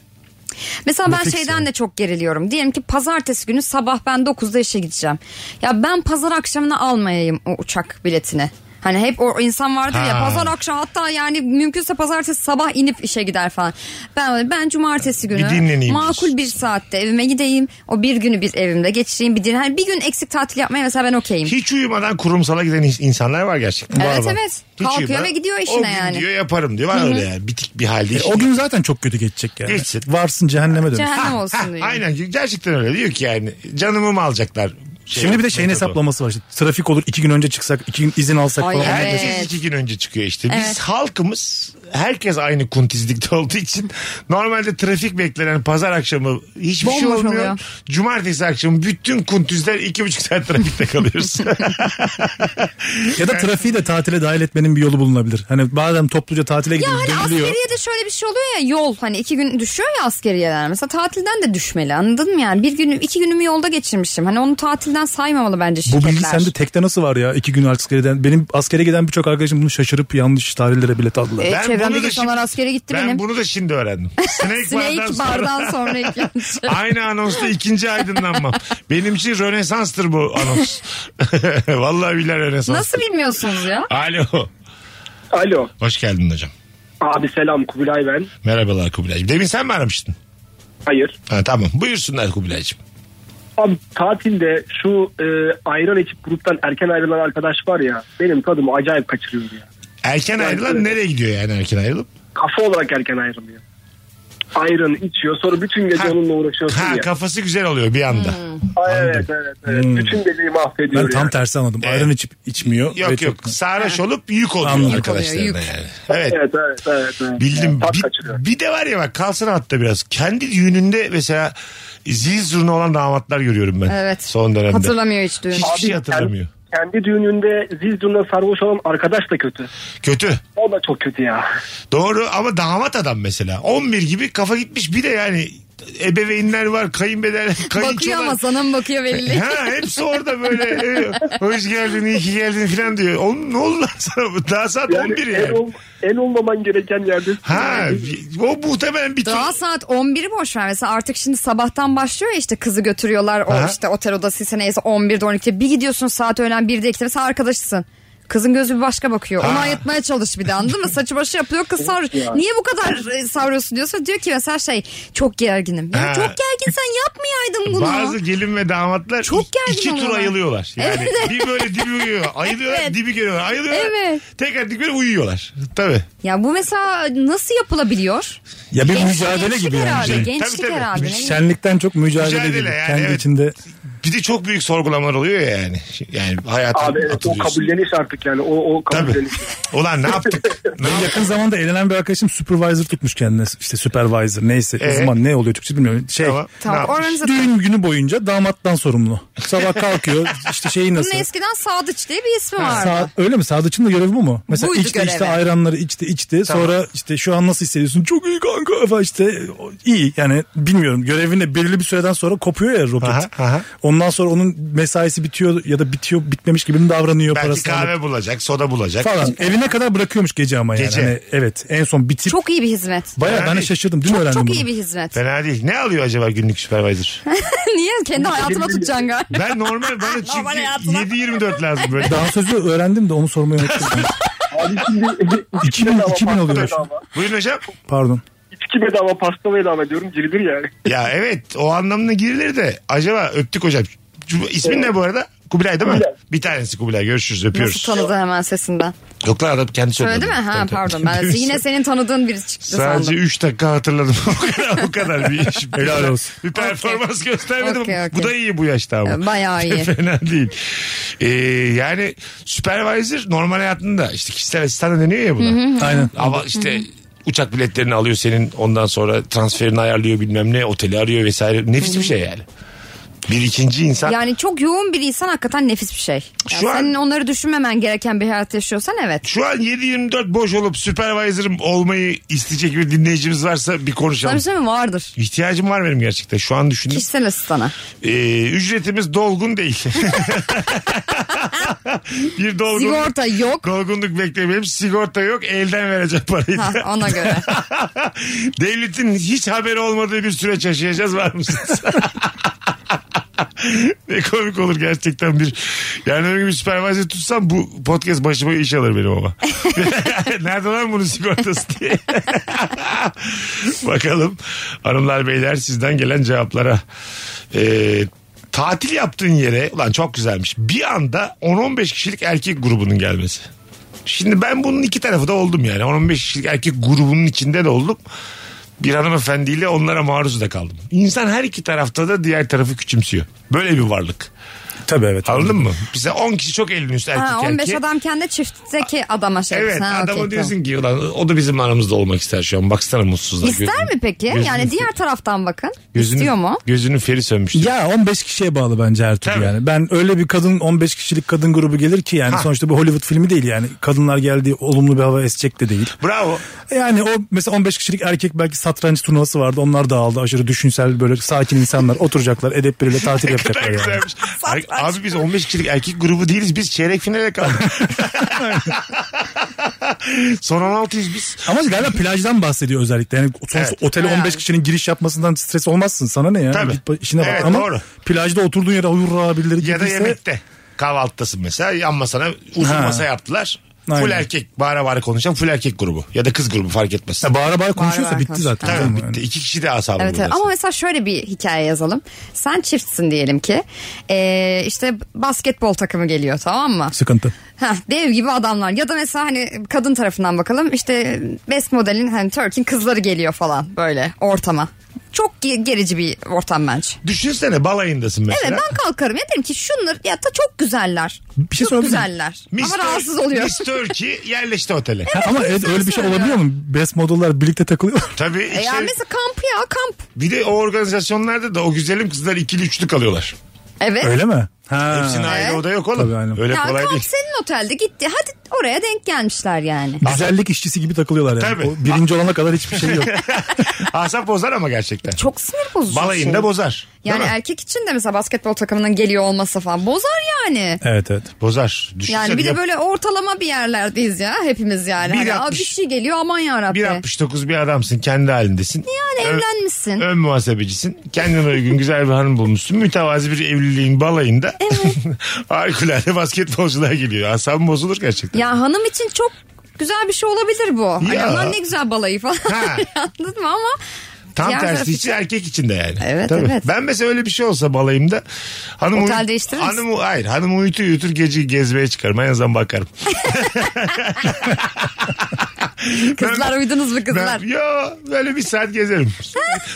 D: Mesela ben
E: Nefis
D: şeyden de çok geriliyorum. Diyelim ki pazartesi günü sabah ben 9'da işe gideceğim. Ya ben pazar akşamına almayayım o uçak biletini. Hani hep o insan vardır ya
C: Ha.
D: pazar akşamı hatta yani mümkünse pazartesi sabah inip işe gider falan. Ben ben cumartesi günü
C: Bir dinleneyim
D: makul
C: diyorsun.
D: bir saatte evime gideyim. O bir günü bir evimde geçireyim bir din. Hani bir gün eksik tatil yapmaya mesela ben okeyim.
C: Hiç uyumadan kurumsala giden ins- insanlar var gerçekten.
D: Evet,
C: Var var.
D: evet.
C: Hiç
D: Kalkıyor
C: uyumadan,
D: ve gidiyor işine
C: o gün
D: yani."
C: diyor yaparım diyor. Var öyle yani. Bitik bir halde.
E: E,
C: işi.
E: o gün zaten çok kötü geçecek yani.
C: Geçsin.
E: Varsın cehenneme dön.
D: Cehennem
C: Ha,
D: olsun
C: ha,
D: diyor.
C: Aynen gerçekten öyle diyor ki yani canımı mı alacaklar? Şey,
E: Şimdi bir de şeyin
C: metodu.
E: hesaplaması var. işte. trafik olur iki gün önce çıksak, iki gün izin alsak
D: Ay,
E: falan.
D: evet.
C: Herkes iki gün önce çıkıyor işte. Biz
D: Evet.
C: halkımız herkes aynı kuntizlikte <laughs> olduğu için normalde trafik beklenen pazar akşamı hiçbir şey
D: Bomboş
C: olmuyor.
D: oluyor.
C: Cumartesi akşamı bütün kuntizler iki buçuk saat trafikte kalıyoruz.
D: <laughs> E,
E: Ya da trafiği de tatile dahil etmenin bir yolu bulunabilir. Hani bazen topluca tatile
D: Ya
E: gidiyor,
D: hani
E: dönülüyor.
D: askeriyede şöyle bir şey oluyor ya yol hani iki gün düşüyor ya askeriyeler mesela tatilden de düşmeli anladın mı yani bir günü iki günümü yolda geçirmişim hani onu tatilden saymamalı bence
E: Bu
D: şirketler.
E: bilgi sende tekte nasıl var ya? İki gün askeriyeden. Benim askere giden birçok arkadaşım bunu şaşırıp yanlış tarihlere bilet aldılar.
D: E,
C: Ben bunu
D: çevremdeki
C: da
D: insanlar
C: şimdi-
D: askere gitti
C: ben
D: benim.
C: bunu da şimdi
D: <laughs>
C: öğrendim. Snake bardan
D: Snake
C: sonra.
D: bardan sonra ikinci.
C: Aynı anonsta ikinci aydınlanmam. Benim için Rönesans'tır bu anons. <laughs> Vallahi billahi Rönesans.
D: Nasıl bilmiyorsunuz ya?
C: Alo.
H: Alo.
C: Hoş geldin hocam.
H: Abi selam Kubilay ben.
C: Merhabalar Kubilay'cığım. Demin sen mi aramıştın?
H: Hayır.
C: Ha, tamam. Buyursunlar Kubilay'cığım.
H: Abi tatilde şu e, ayran içip gruptan erken ayrılan arkadaş var ya benim tadımı acayip kaçırıyor ya.
C: Erken ayrılan nereye gidiyor yani erken ayrılıp?
H: Kafa olarak erken ayrılıyor. Ayran içiyor sonra bütün gece
C: Ha.
H: onunla uğraşıyorsun
C: Ha
H: ya.
C: kafası güzel oluyor bir anda.
D: Hmm.
H: Ay, evet evet evet.
C: Hmm.
H: Bütün geceyi mahvediyor
E: Ben
H: ya.
E: tam tersi anladım. Ayran içip içmiyor. ve
C: E, Yok
E: çok-
C: yok sarhoş olup yük oluyor
E: Anladım.
C: arkadaşlarına
D: Yük oluyor,
C: yani. Evet.
H: Evet evet evet. evet.
C: Bildim.
H: Tat
C: Bir,
H: kaçırıyor.
C: bir de var ya bak kalsın hatta biraz. Kendi düğününde mesela zil zurna olan damatlar görüyorum ben.
D: Evet.
C: Son dönemde.
D: Hatırlamıyor hiç düğün.
C: Hiçbir şey
H: Abi,
C: hatırlamıyor.
H: Kendi, kendi düğününde zil zurna sarhoş olan arkadaş da kötü.
C: Kötü.
H: O da çok kötü ya.
C: Doğru ama damat adam mesela. 11 gibi kafa gitmiş bir de yani ebeveynler var, kayınbeder, <laughs>
D: Bakıyor
C: kayınçolar.
D: ama sana mı bakıyor belli.
C: Ha hepsi orada böyle e, hoş geldin iyi ki geldin falan diyor. Oğlum ne oldu lan sana? bu? Daha saat
H: Yani
C: 11
H: el,
C: yani.
H: ol- el olmaman gereken yerde.
C: Ha o muhtemelen bir
D: Daha saat 11'i boş ver. Mesela artık şimdi sabahtan başlıyor ya işte kızı götürüyorlar. O
C: Aha.
D: işte otel odasıysa neyse 11'de 12'de. Bir gidiyorsun saat öğlen 1'de 2'de mesela arkadaşısın. Kızın gözü bir başka bakıyor. Onu
C: Ha.
D: ayıtmaya çalış bir de anladın mı? Saçı başı yapıyor kız savruluyor. Niye bu kadar e, savruyorsun diyorsa diyor ki mesela şey çok gerginim. Ya
C: Ha.
D: çok gergin sen yapmayaydın bunu.
C: Bazı gelin ve damatlar
D: Çok gergin
C: iki tur
D: oluyorlar.
C: ayılıyorlar. Yani bir böyle dibi uyuyor. Ayılıyorlar
D: Evet.
C: dibi görüyorlar. Ayılıyorlar.
D: Evet.
C: Tekrar dibi görüyorlar, uyuyorlar. Tabii.
D: Ya bu mesela nasıl yapılabiliyor?
E: Ya bir
D: Genç-
E: mücadele
D: gençlik
E: gibi yani.
D: herhalde,
E: şey.
D: Gençlik
C: Tabii, tabii.
D: herhalde. ne bileyim.
E: Şenlikten çok mücadele,
C: Mücadele
E: gibi.
C: yani,
E: Kendi
C: evet.
E: içinde
C: Bir de çok büyük sorgulamalar oluyor ya yani. Yani hayata
H: Abi evet o
C: atılıyorsun.
H: kabulleniş artık yani. O, o
C: Tabii.
H: kabulleniş.
C: Ulan ne yaptık? Ne
E: Benim
C: yaptık?
E: yakın zamanda eğlenen bir arkadaşım supervisor tutmuş kendine. İşte supervisor neyse.
C: Ee?
E: O zaman ne oluyor Türkçe bilmiyorum. <laughs> Şey
C: Tamam. Ne
D: Tamam,
C: yaptık?
D: oranızı-
E: düğün günü boyunca damattan sorumlu. Sabah kalkıyor işte şeyi
D: Bunun
E: nasıl.
D: eskiden Sadıç diye bir ismi vardı.
E: Sa- öyle mi? Sadıç'ın da görevi bu mu? Mesela
D: Buydu
E: içti işte
D: görevi.
E: ayranları içti içti. Sonra işte şu an nasıl hissediyorsun? Çok iyi kanka falan işte. o- iyi yani bilmiyorum. Görevinde belirli bir süreden sonra kopuyor ya roket.
C: Aha, aha.
E: Ondan sonra onun mesaisi bitiyor ya da bitiyor bitmemiş gibi mi davranıyor
C: Belki
E: parasını alıp
C: kahve bulacak, soda bulacak.
E: falan. Evine kadar bırakıyormuş gece ama yani.
C: Gece.
E: Hani evet en son bitip.
D: Çok iyi bir hizmet.
E: Bayağı ben de
C: Yani
E: şaşırdım. Dün öğrendim
D: Çok
E: bunu.
D: iyi bir hizmet.
C: Fena değil. Ne alıyor acaba günlük supervisor?
D: <laughs> Niye? Kendi hayatıma tutacaksın galiba.
C: Ben
E: <laughs>
C: normal bana çünkü
D: Normal hayatına.
C: 7-24 lazım böyle.
E: Daha sözü öğrendim de
C: <laughs>
E: onu sormayı unuttum.
H: Abi şimdi
E: 2000, 2000
H: pasta
E: oluyor.
H: bedava.
C: Buyurun hocam.
E: Pardon.
H: İçki bedava pasta bedava diyorum girilir yani.
C: Ya evet o anlamına girilir de acaba öptük hocam. Şu- İsmin ne bu arada? Kubilay değil mi?
H: Kubilay.
C: Bir tanesi Kubilay. Görüşürüz öpüyoruz.
D: Nasıl tanıdı hemen sesinden?
C: Yok lan adam kendi
D: Söyledi mi? Ha pardon. Ben
C: <laughs>
D: yine senin tanıdığın biri çıktı
C: Sadece
D: sandım.
C: 3 dakika hatırladım. <laughs> o kadar, o kadar bir iş.
E: Helal olsun.
C: Bir performans göstermedim.
D: Okey, okey.
C: Bu da iyi bu yaşta ama.
D: Ee, Bayağı
C: <laughs>
D: iyi.
C: Fena değil. Ee, yani supervisor normal hayatında işte kişisel asistan deniyor ya buna.
E: Aynen.
C: Ama işte uçak biletlerini alıyor senin ondan sonra transferini ayarlıyor bilmem ne oteli arıyor vesaire. Nefis bir şey yani. Bir ikinci insan.
D: Yani çok yoğun bir insan hakikaten nefis bir şey. Yani
C: Şu an-
D: senin onları düşünmemen gereken bir hayat yaşıyorsan evet.
C: Şu an 7-24 boş olup supervisor'ım olmayı isteyecek bir dinleyicimiz varsa bir
D: Sana bir
C: konuşalım.
D: şey mi? Vardır.
C: İhtiyacım var benim gerçekten. Şu an düşündüm.
D: Kişisel asistana.
C: Ee, ücretimiz dolgun değil. <laughs> bir dolgun,
D: Sigorta yok.
C: dolgunluk beklemeyelim. Sigorta yok. Elden verecek parayı. <laughs>
D: Ha,
C: da.
D: ona göre.
C: Devletin hiç haberi olmadığı bir süreç yaşayacağız var mısınız? <laughs> ne komik olur gerçekten bir. Yani öyle bir süpervizör tutsam bu podcast başıma iş alır benim ama. Nerede lan bunun sigortası diye. <laughs> Bakalım hanımlar beyler sizden gelen cevaplara. Ee, tatil yaptığın yere ulan çok güzelmiş. Bir anda 10-15 kişilik erkek grubunun gelmesi. Şimdi ben bunun iki tarafı da oldum yani. 10-15 kişilik erkek grubunun içinde de oldum. Bir hanımefendiyle onlara maruz da kaldım. İnsan her iki tarafta da diğer tarafı küçümsüyor. Böyle bir varlık.
E: Tabii evet.
C: Anladın mı? Bize 10 kişi çok elin üstü erkek
D: Ha, 15
C: erkeğe.
D: adam kendi çiftteki adama şey.
C: Evet
D: yapsın. Ha,
C: adama
D: okey,
C: diyorsun ki ulan o da bizim aramızda olmak ister şu an. Baksana mutsuzlar.
D: tamam. İster mi peki? yani diğer taraftan bakın. İstiyor mu?
C: Gözünün feri sönmüştür.
E: Ya 15 kişiye bağlı bence her türlü
C: Tabii.
E: yani. Ben öyle bir kadın 15 kişilik kadın grubu gelir ki yani
C: Ha.
E: sonuçta bu Hollywood filmi değil yani. Kadınlar geldiği olumlu bir hava esecek de değil.
C: Bravo.
E: Yani o mesela 15 kişilik erkek belki satranç turnuvası vardı. Onlar dağıldı. Aşırı düşünsel böyle sakin insanlar oturacaklar. Edep biriyle tatil
C: <laughs> Ne
E: yapacaklar yani.
C: güzelmiş. Ay, Abi biz 15 kişilik erkek grubu değiliz. Biz çeyrek finale kaldık. Son 16'yız biz.
E: Ama galiba plajdan bahsediyor özellikle. Yani sonuçta
C: Evet.
E: otele 15 kişinin giriş yapmasından stres olmazsın. Sana ne ya?
C: Tabii.
E: Git ba- işine bak.
C: Evet,
E: Ama
C: doğru.
E: plajda oturduğun yere hurra birileri
C: Ya da
E: girdiyse-
C: yemekte. Kahvaltıdasın mesela. Yan masana uzun
E: Ha.
C: masa yaptılar. Full
E: Aynen.
C: erkek bağıra bağıra konuşan full erkek grubu. Ya da kız grubu fark etmez.
E: Ya bağıra bağıra konuşuyorsa
D: bağıra
E: bitti
D: konuşuyor.
E: zaten.
C: Tabii
E: Tamam
C: bitti.
E: yani.
C: İki kişi de asabı
D: Evet, evet. ama mesela şöyle bir hikaye yazalım. Sen çiftsin diyelim ki. Ee, işte basketbol takımı geliyor tamam mı?
E: Sıkıntı.
D: Heh, dev gibi adamlar ya da mesela hani kadın tarafından bakalım işte best modelin hani Turk'in kızları geliyor falan böyle ortama. Çok ge- gerici bir ortam bence.
C: Düşünsene balayındasın mesela.
D: Evet ben kalkarım ya derim ki şunlar ya da çok güzeller.
E: Bir şey
D: çok
E: sorabilir miyim?
D: güzeller. Ama rahatsız oluyor.
C: Miss Turkey yerleşti otele.
E: Ha, ama evet, öyle bir şey
D: söylüyor.
E: olabiliyor mu? Best model'lar birlikte takılıyor.
C: Tabii
D: E
C: işte,
E: Şey-
D: yani mesela kamp ya kamp.
C: bir de o organizasyonlarda da o güzelim kızlar ikili üçlü kalıyorlar.
D: Evet.
E: öyle mi? Ha.
C: Hepsinin ayrı
D: Evet.
C: oda yok
E: Tabii,
C: oğlum.
E: aynen.
C: Öyle
D: E? ya
C: kolay
D: kamp
C: değil.
D: senin otelde gitti. Hadi oraya denk gelmişler yani.
E: Güzellik işçisi gibi takılıyorlar yani.
C: Tabii.
E: O birinci olana kadar hiçbir şey yok.
C: <laughs> Asap bozar ama gerçekten.
D: Çok sinir bozucu.
C: Balayında
D: şey.
C: bozar. Değil
D: Yani
C: mi?
D: erkek için de mesela basketbol takımının geliyor olması falan bozar yani.
E: evet evet.
C: Bozar. Düşünsene
D: er- Yani bir
C: E, yap-
D: de böyle ortalama bir yerlerdeyiz ya hepimiz yani. Hani, "Aa,
C: 1.60.
D: bir şey geliyor aman yarabbim.
C: 1.69 bir adamsın kendi halindesin.
D: Yani
C: Ö-
D: evlenmişsin.
C: Ön muhasebecisin. Kendine uygun güzel bir hanım bulmuşsun. Mütevazi bir evliliğin balayında. Evet. <laughs> Harikulade basketbolcular geliyor. Asabım bozulur gerçekten.
D: Ya hanım için çok güzel bir şey olabilir bu. Hani
C: Ya.
D: aman ne güzel balayı falan.
C: Ha.
D: <laughs> Anladın mı ama.
C: Tam
D: diğer
C: tersi
D: tarafı-
C: için erkek için de yani.
D: Evet, evet.
C: Ben mesela öyle bir şey olsa balayımda hanım
D: Otel değiştirir misin?
C: hanım hayır hanım uyutur uyutur gece gezmeye çıkarım. En azından bakarım.
D: Kızlar uydunuz mu kızlar?
C: Ben, yo böyle bir saat gezerim.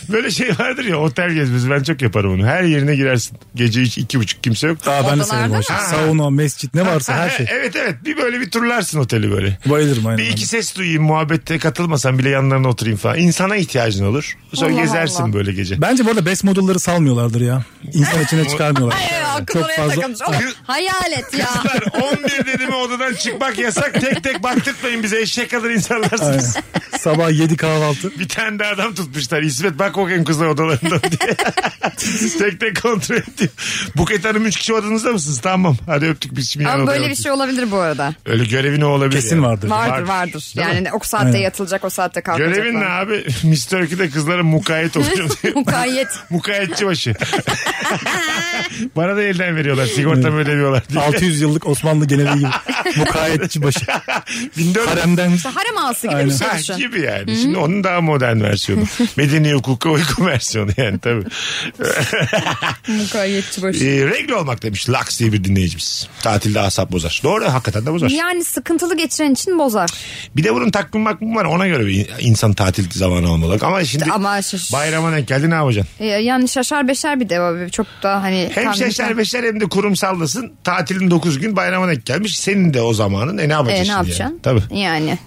C: böyle şey vardır ya otel gezmesi ben çok yaparım onu. Her yerine girersin. Gece hiç iki buçuk kimse yok.
E: Aa, ben
D: Odalarda
E: de severim o
D: mı?
E: işi. Sauna, mescit ne varsa her
C: <laughs>
E: şey.
C: evet evet bir böyle bir turlarsın oteli böyle.
E: Bayılırım aynen.
C: Bir iki ses duyayım muhabbette katılmasam bile yanlarına oturayım falan. İnsana ihtiyacın olur. Sonra
D: Allah
C: gezersin
D: Allah.
C: böyle gece.
E: Bence bu arada best model'ları salmıyorlardır ya. İnsan içine çıkarmıyorlar.
D: Ay, ay, aklım
E: Çok
D: oraya
E: fazla.
D: takılmış. Ama hayalet
C: <laughs>
D: ya.
C: Kızlar 11 dedimi odadan çıkmak yasak. Tek tek baktırtmayın bize eşek kadar insanlarsınız.
E: <laughs> Sabah yedi kahvaltı.
C: Bir tane de adam tutmuşlar. İsmet bak bakayım kızlar odalarında <laughs> diye. tek tek kontrol ediyor. Buket Hanım 3 kişi odanızda mısınız? Tamam. Hadi öptük biz şimdi. yan
D: Ama
C: odaya
D: böyle bir
C: bakıyoruz.
D: şey olabilir bu arada.
C: Öyle görevi ne olabilir?
E: Kesin
C: yani?
E: vardır.
D: Vardır
C: Vardır.
D: vardır.
C: Değil mi?
D: Yani o saatte
E: Aynen.
D: yatılacak o saatte kalkacak.
C: Görevin ne
D: falan.
C: abi? <laughs> Mr. Turkey'de kızlara mukayyet oluyor.
D: <laughs> Mukayyet.
C: Mukayyetçi başı. Bana da elden veriyorlar. Sigortamı ödemiyorlar diye.
E: 600 yıllık Osmanlı geneli gibi.
C: <laughs>
E: Mukayyetçi başı.
C: 1400
E: Haremden
D: Harem ağası gibi
E: Aynen.
D: bir şey
C: Ha,
D: düşün.
C: gibi yani. Şimdi onun daha modern versiyonu.
D: <laughs>
C: Medeni hukuka uygun versiyonu yani tabii.
D: Mukayyetçi başı.
C: Ee, regle olmak demiş Laks diye bir dinleyicimiz. Tatilde asap bozar. Doğru hakikaten de bozar.
D: Yani sıkıntılı geçiren için bozar.
C: Bir de bunun takvim makvim var ona göre bir insan tatil zamanı olmalı. Ama şimdi
D: Ama şaş-
C: bayrama denk geldi ne yapacaksın?
D: E, Yani şaşar beşer bir de o çok da hani.
C: Hem
D: tahmin-
C: şeşer beşer hem de kurumsaldasın. Tatilin 9 gün bayrama denk gelmiş. Senin de o zamanın. E ne
D: E,
C: yapacaksın?
D: ne
C: şimdi
D: yapacaksın?
C: Yani? Tabii.
D: Yani.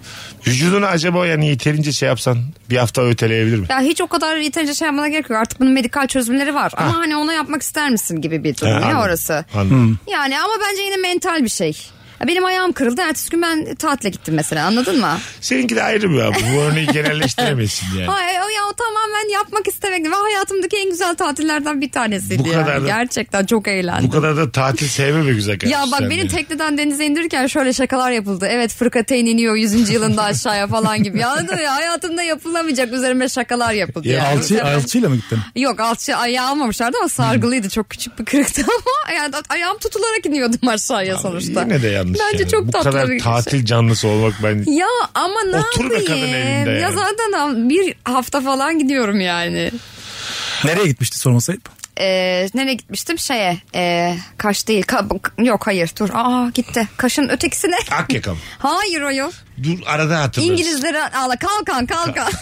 C: Vücudunu acaba yani yeterince şey yapsan bir hafta öteleyebilir mi?
D: Ya hiç o kadar yeterince şey yapmana gerek yok. Artık bunun medikal çözümleri var. Ama hani ona yapmak ister misin gibi bir durum
C: Ha,
D: ya
C: Ah. E, anladım.
D: orası.
C: Anladım.
D: Yani ama bence yine mental bir şey. Ya Benim ayağım kırıldı. Ertesi gün ben tatile gittim mesela anladın mı?
C: Seninki de ayrı bir abi. Bu
D: <laughs>
C: örneği genelleştiremezsin yani.
D: Ay, o ya o tamamen yapmak istemekti ve hayatımdaki en güzel tatillerden bir tanesiydi.
C: Bu
D: yani.
C: kadar da-
D: Gerçekten çok eğlendim.
C: Bu kadar da tatil sevme be güzel kardeşim.
D: Ya bak
C: sen
D: beni
C: de.
D: tekneden denize indirirken şöyle şakalar yapıldı. Evet fırkateyn iniyor 100. yılında aşağıya falan gibi. Ya, anladın mı ya hayatımda yapılamayacak üzerime şakalar yapıldı.
C: Ya
D: yani.
E: Alçı, alçıyla mı gittin?
D: Yok alçı ayağı almamışlardı ama sargılıydı. Çok küçük bir kırıktı <laughs> ama yani ayağım tutularak iniyordum aşağıya sonuçta.
C: Yine de yanlış
D: Bence
C: yani.
D: çok
C: Bu
D: tatlı
C: kadar
D: bir şey.
C: tatil canlısı olmak ben...
D: Ya ama ne
C: Otur be kadın
D: yapayım?
C: evinde yani.
D: Ya zaten ha- bir hafta falan gidiyorum yani.
E: Nereye gitmişti sorması ayıp.
D: Ee, nereye gitmiştim? Şeye. ee, kaş değil. Ka- yok hayır dur. Aa gitti. Kaşın ötekisine.
C: <laughs> Ak yakalım.
D: Hayır o yok.
C: Dur arada hatırlarız.
D: İngilizlere ağla kalkan kalkan.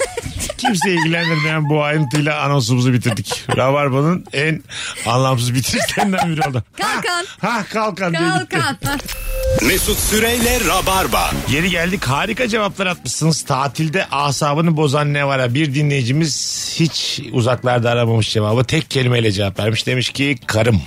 C: Kimse ilgilendirmeyen bu ayrıntıyla anonsumuzu bitirdik. Rabarba'nın en anlamsız bitirişlerinden biri oldu.
D: Kalkan.
C: Ha, ha kalkan, diye
D: <laughs>
C: gitti.
D: kalkan.
B: Mesut Süreyle Rabarba.
C: Geri geldik harika cevaplar atmışsınız. Tatilde asabını bozan ne var? ha? Bir dinleyicimiz hiç uzaklarda aramamış cevabı. Tek kelimeyle cevap vermiş. Demiş ki karım.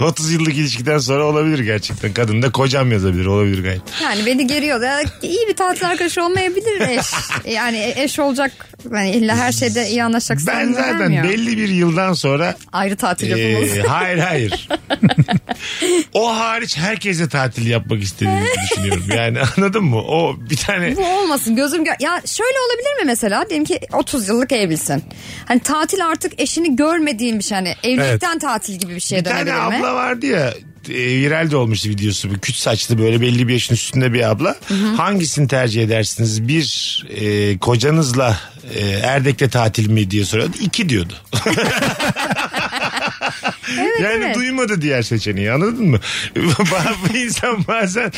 C: 30 yıllık ilişkiden sonra olabilir gerçekten. Kadın da kocam yazabilir olabilir gayet.
D: yani beni geriyor. Ya, iyi bir tatil arkadaşı olmayabilir eş. Yani eş olacak. Yani illa her şeyde iyi anlaşacak.
C: Ben
D: sanmıyorum
C: zaten
D: ya.
C: belli bir yıldan sonra
D: Ayrı tatil
C: Ee,
D: yapılmalı.
C: hayır hayır. o hariç herkese tatil yapmak istediğini düşünüyorum. Yani anladın mı? O bir tane
D: Bu olmasın gözüm gö- ya şöyle olabilir mi mesela diyelim ki 30 yıllık evlisin. Hani tatil artık eşini görmediğin bir şey hani evlilikten tatil gibi bir şeye
C: bir tane
D: dönebilir mi?
C: abla vardı ya e, viral de olmuştu videosu. Bir küt saçlı böyle belli bir yaşın üstünde bir abla. Hangisini tercih edersiniz? Bir e, kocanızla e, Erdek'te tatil mi diye soruyordu. İki diyordu. <laughs> yani
D: evet.
C: duymadı diğer seçeneği anladın mı? <laughs> Bazı insan bazen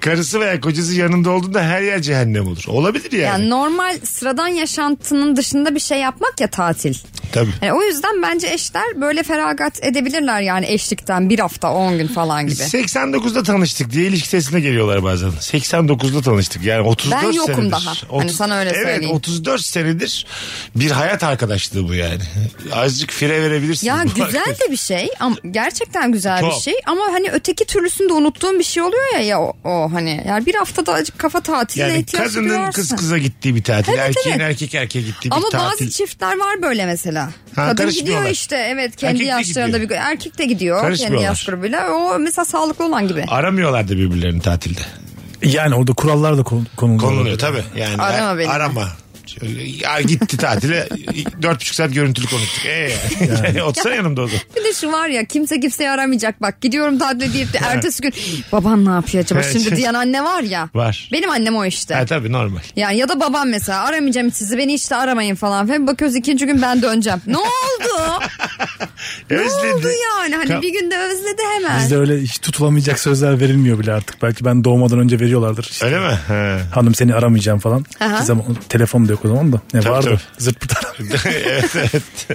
C: karısı veya kocası yanında olduğunda her yer cehennem olur. Olabilir yani.
D: Yani normal sıradan yaşantının dışında bir şey yapmak ya tatil.
C: Tabii.
D: Yani E, o yüzden bence eşler böyle feragat edebilirler yani eşlikten bir hafta 10 gün falan gibi.
C: 89'da tanıştık diye ilişkisine geliyorlar bazen. 89'da tanıştık yani 34
D: Ben yokum
C: senedir.
D: daha. Hani sana öyle
C: evet,
D: söyleyeyim.
C: 34 senedir bir hayat arkadaşlığı bu yani. Azıcık fire verebilirsin. <laughs>
D: Ya
C: Bu
D: güzel
C: arkadaş-
D: de bir şey ama gerçekten güzel
C: Çok.
D: bir şey ama hani öteki türlüsünde unuttuğum bir şey oluyor ya, ya o, o hani yani bir haftada acık kafa tatiline
C: Yani
D: ihtiyaç
C: kadının
D: duyarsın.
C: kız kıza gittiği bir tatil.
D: Evet,
C: erkeğin
D: evet.
C: erkek erkeğe gittiği
D: Ama
C: bir tatil.
D: bazı çiftler var böyle mesela. Kadın gidiyor
C: karışmıyorlar.
D: işte evet kendi
C: Erkek de
D: yaşlarında
C: gidiyor.
D: bir erkek de gidiyor kendi
C: Karışmıyorlar.
D: yaş grubuyla. O mesela sağlıklı olan gibi.
C: Aramıyorlar da birbirlerini tatilde.
E: Yani orada kurallar da kon- konuluyor.
C: Konuluyor tabii. Yani
D: Arama
C: ar-
D: beni.
C: Arama. Ya gitti tatile. <laughs> Dört buçuk saat görüntülü konuştuk. Ee, yani. <laughs> Otursana yanımda o zaman.
D: Bir de şu var ya kimse kimseyi aramayacak bak gidiyorum tatile
C: <laughs>
D: deyip de ertesi gün baban ne yapıyor acaba
C: Evet.
D: şimdi diyen anne var ya.
C: Var.
D: Benim annem o işte.
C: Ha, tabii normal.
D: Yani ya da babam mesela aramayacağım sizi beni işte aramayın falan filan. Bakıyoruz ikinci gün ben döneceğim. Ne oldu? Ne oldu yani? Hani
C: Ka-
D: bir günde özledi hemen.
E: Bizde öyle hiç tutulamayacak sözler verilmiyor bile artık. Belki ben doğmadan önce veriyorlardır. İşte,
C: Öyle mi? He.
E: Hanım seni aramayacağım falan.
D: Aha.
E: Ki zaman, telefon da yok o zaman da. Ne
C: Tabii,
E: vardı?
C: tabii.
E: Zırt pırt
C: <laughs>
E: aramıyor.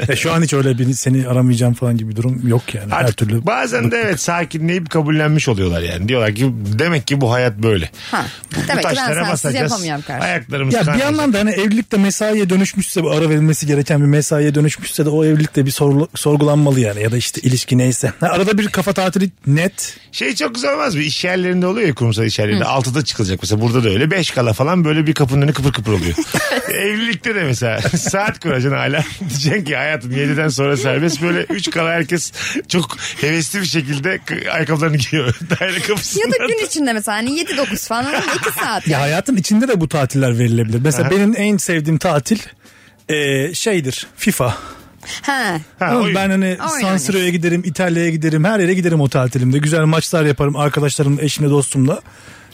E: E, şu an hiç öyle bir seni aramayacağım falan gibi bir durum yok yani. Her
C: Artık
E: türlü.
C: Bazen de evet sakinleyip kabullenmiş oluyorlar yani. Diyorlar ki demek ki bu hayat böyle.
D: Ha. Demek ki ben
C: taşlara
D: sensiz
C: basacağız,
D: yapamıyorum kardeşim.
C: Ayaklarımız
E: Ya bir
C: kanayacak.
E: yandan da hani evlilikte mesaiye dönüşmüşse bu ara verilmesi gereken bir mesaiye dönüşmüşse de o evlilikte bir sorgula- sorgulanmalı yani ya da işte ilişki neyse. Ha, arada bir kafa tatili net
C: Şey çok güzel olmaz mı? İş yerlerinde oluyor ya kurumsal iş yerlerinde. Altıda çıkılacak mesela. Burada da öyle. Beş kala falan böyle bir kapının önü kıpır kıpır
D: <laughs>
C: oluyor. Evlilikte de mesela <laughs> saat kuracaksın hala. <laughs> Diyeceksin ki hayatım yediden sonra serbest. Böyle üç kala herkes çok hevesli bir şekilde k- ayakkabılarını giyiyor. <laughs> Daire
D: Ya
C: kapısından.
D: da gün içinde mesela hani 7-9 falan 2 saat.
E: Ya hayatın içinde de bu tatiller verilebilir. Mesela benim en sevdiğim tatil e, şeydir FIFA.
D: Ha.
C: Ha,
E: Ama
C: oyun.
E: ben hani
D: Oyun
E: San Siro'ya giderim, İtalya'ya giderim, her yere giderim o tatilimde. Güzel maçlar yaparım arkadaşlarımla, eşimle, dostumla.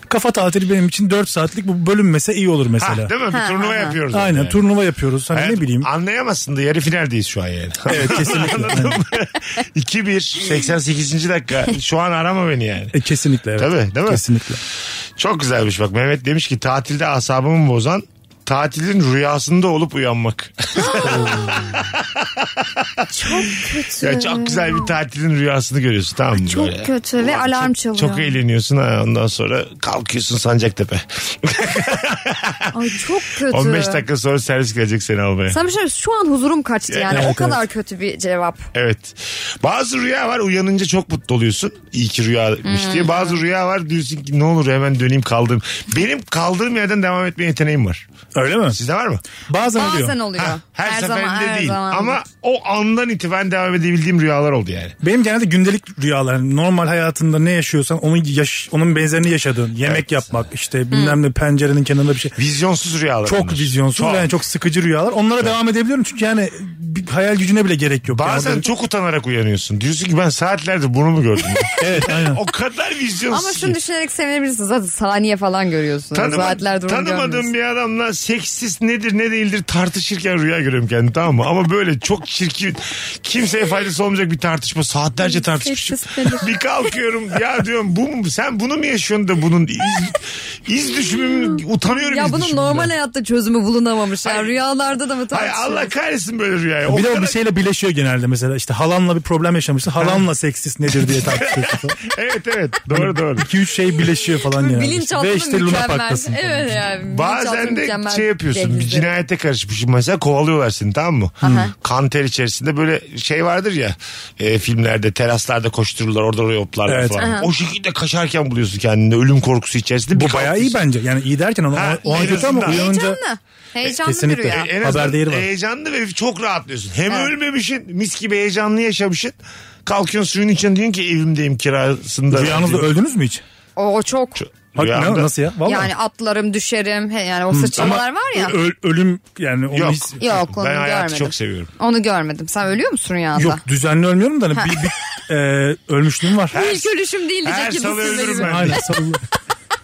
E: Kafa tatili benim için 4 saatlik bu bölünmese iyi olur
C: Ha,
E: mesela.
C: değil mi? Bir
D: Ha,
C: turnuva
D: ha, ha.
C: yapıyoruz.
E: Aynen
C: yani.
E: turnuva yapıyoruz. Hani
C: Hayatım,
E: ne bileyim.
C: Anlayamazsın da yarı finaldeyiz şu an yani.
E: <laughs> Evet kesinlikle.
C: Anladın mı? <laughs> 2-1 88. dakika. Şu an arama beni yani.
E: E, kesinlikle evet.
C: Tabii, değil mi?
E: Kesinlikle.
C: Çok güzelmiş bak Mehmet demiş ki tatilde asabımı bozan tatilin rüyasında olup uyanmak. <laughs>
D: Çok kötü.
C: Ya çok güzel bir tatilin rüyasını görüyorsun tamam mı?
D: Çok
C: böyle?
D: kötü ve alarm çalıyor.
C: Çok eğleniyorsun ha ondan sonra kalkıyorsun Sancaktepe.
D: Ay çok kötü.
C: 15 dakika sonra servis gelecek seni almaya.
D: Sana bir şey söyleyeyim, şu an huzurum kaçtı yani.
E: Evet,
D: o kadar kötü bir cevap.
C: Evet. Bazı rüya var uyanınca çok mutlu oluyorsun. İyi ki rüyamış diye.
D: Hmm.
C: Bazı rüya var diyorsun ki ne olur hemen döneyim kaldığım. Benim kaldığım yerden devam etme yeteneğim var.
E: Öyle mi?
C: Sizde var mı?
E: Bazen, oluyor.
D: Bazen oluyor.
C: Ha, her, seferinde
D: zaman, her
C: değil.
D: zaman.
C: Ama o andan itibaren devam edebildiğim rüyalar oldu yani.
E: Benim genelde gündelik rüyalar. yani normal hayatında ne yaşıyorsan onun yaş, onun benzerini yaşadığın. Yemek
C: Evet.
E: yapmak işte bilmem ne pencerenin kenarında bir şey.
C: Vizyonsuz rüyalar.
E: Çok
C: bunlar.
E: vizyonsuz
C: Çok.
E: yani çok sıkıcı rüyalar. Onlara devam edebiliyorum çünkü yani bir hayal gücüne bile gerek yok.
C: Bazen
E: Yani
C: çok utanarak uyanıyorsun. Diyorsun ki ben saatlerdir bunu mu
D: <laughs>
C: gördüm?
E: Evet aynen.
C: o kadar vizyonsuz
D: Ama
C: ki.
D: şunu düşünerek sevinebilirsin. Zaten saniye falan görüyorsun.
C: Tanıma-
D: Saatler durumu
C: tanımadığım bir adamla seksist nedir ne değildir tartışırken rüya görüyorum kendimi tamam mı? Ama böyle çok çirkin kimseye faydası olmayacak bir tartışma saatlerce tartışmışım.
D: Seksist nedir?
C: bir kalkıyorum ya diyorum bu mu- sen bunu mu yaşıyorsun da bunun iz, iz düşümüm utanıyorum iz
D: Ya bunun
C: düşümümden.
D: normal hayatta çözümü bulunamamış. ya.
C: Hayır.
D: Rüyalarda da mı
C: Hay
D: tartışıyor?
C: Allah kahretsin böyle rüyaya. O
E: bir şey- de o
C: kadar-
E: bir şeyle birleşiyor genelde mesela işte halanla bir problem yaşamışsın. Halanla seksist nedir diye tartışıyorsun.
C: Evet evet <laughs> doğru doğru.
E: 2-3 şey birleşiyor falan yani.
D: Bilinçaltı
E: Ve işte Luna
D: mükemmel.
E: Park'tasın. falan.
D: Evet yani. bilinçaltı
C: Bazen de
D: mükemmel
C: şey yapıyorsun bir
D: denizde.
C: cinayete karışmışsın mesela kovalıyorlar seni tamam mı?
D: Aha.
C: Kan ter içerisinde böyle şey vardır ya e, filmlerde teraslarda koştururlar orada oraya hoplarlar
E: Evet.
C: falan.
D: Aha.
C: O şekilde kaçarken buluyorsun kendini ölüm korkusu içerisinde.
E: Bu
C: Bir
E: bayağı iyi
C: kalkıyorsun.
E: bence. Yani iyi derken ama
C: Ha,
E: o an
C: en
E: kötü ama
C: azından.
E: uyanınca
D: Heyecanlı. Heyecanlı
E: Kesinlikle.
D: bir rüya.
E: E,
C: En
E: Haber
C: azından
E: değeri var.
C: heyecanlı ve çok rahatlıyorsun. Hem
D: Evet.
C: ölmemişsin mis gibi heyecanlı yaşamışsın. Kalkıyorsun suyun içine diyorsun ki evimdeyim kirasında.
E: Rüyanızda öldünüz mü hiç?
D: O, o çok.
E: Bak, ne-
C: Rüyamda-
E: nasıl ya? Vallahi.
D: Yani atlarım, düşerim. he- Yani o sıçramalar var ya.
E: Ö- ö- ölüm yani onu
C: Yok.
E: his-
D: Yok onu
C: ben hayatı
D: görmedim.
C: çok seviyorum.
D: Onu görmedim. Sen ölüyor musun rüyanda?
E: Yok düzenli ölmüyorum da hani bir, bir e, ölmüşlüğüm var.
D: Bu ilk ölüşüm değil
C: Her
D: diyecek gibi
C: salı
D: sizde
C: ölürüm
D: gibi.
C: ben.
E: Aynen sarıldı.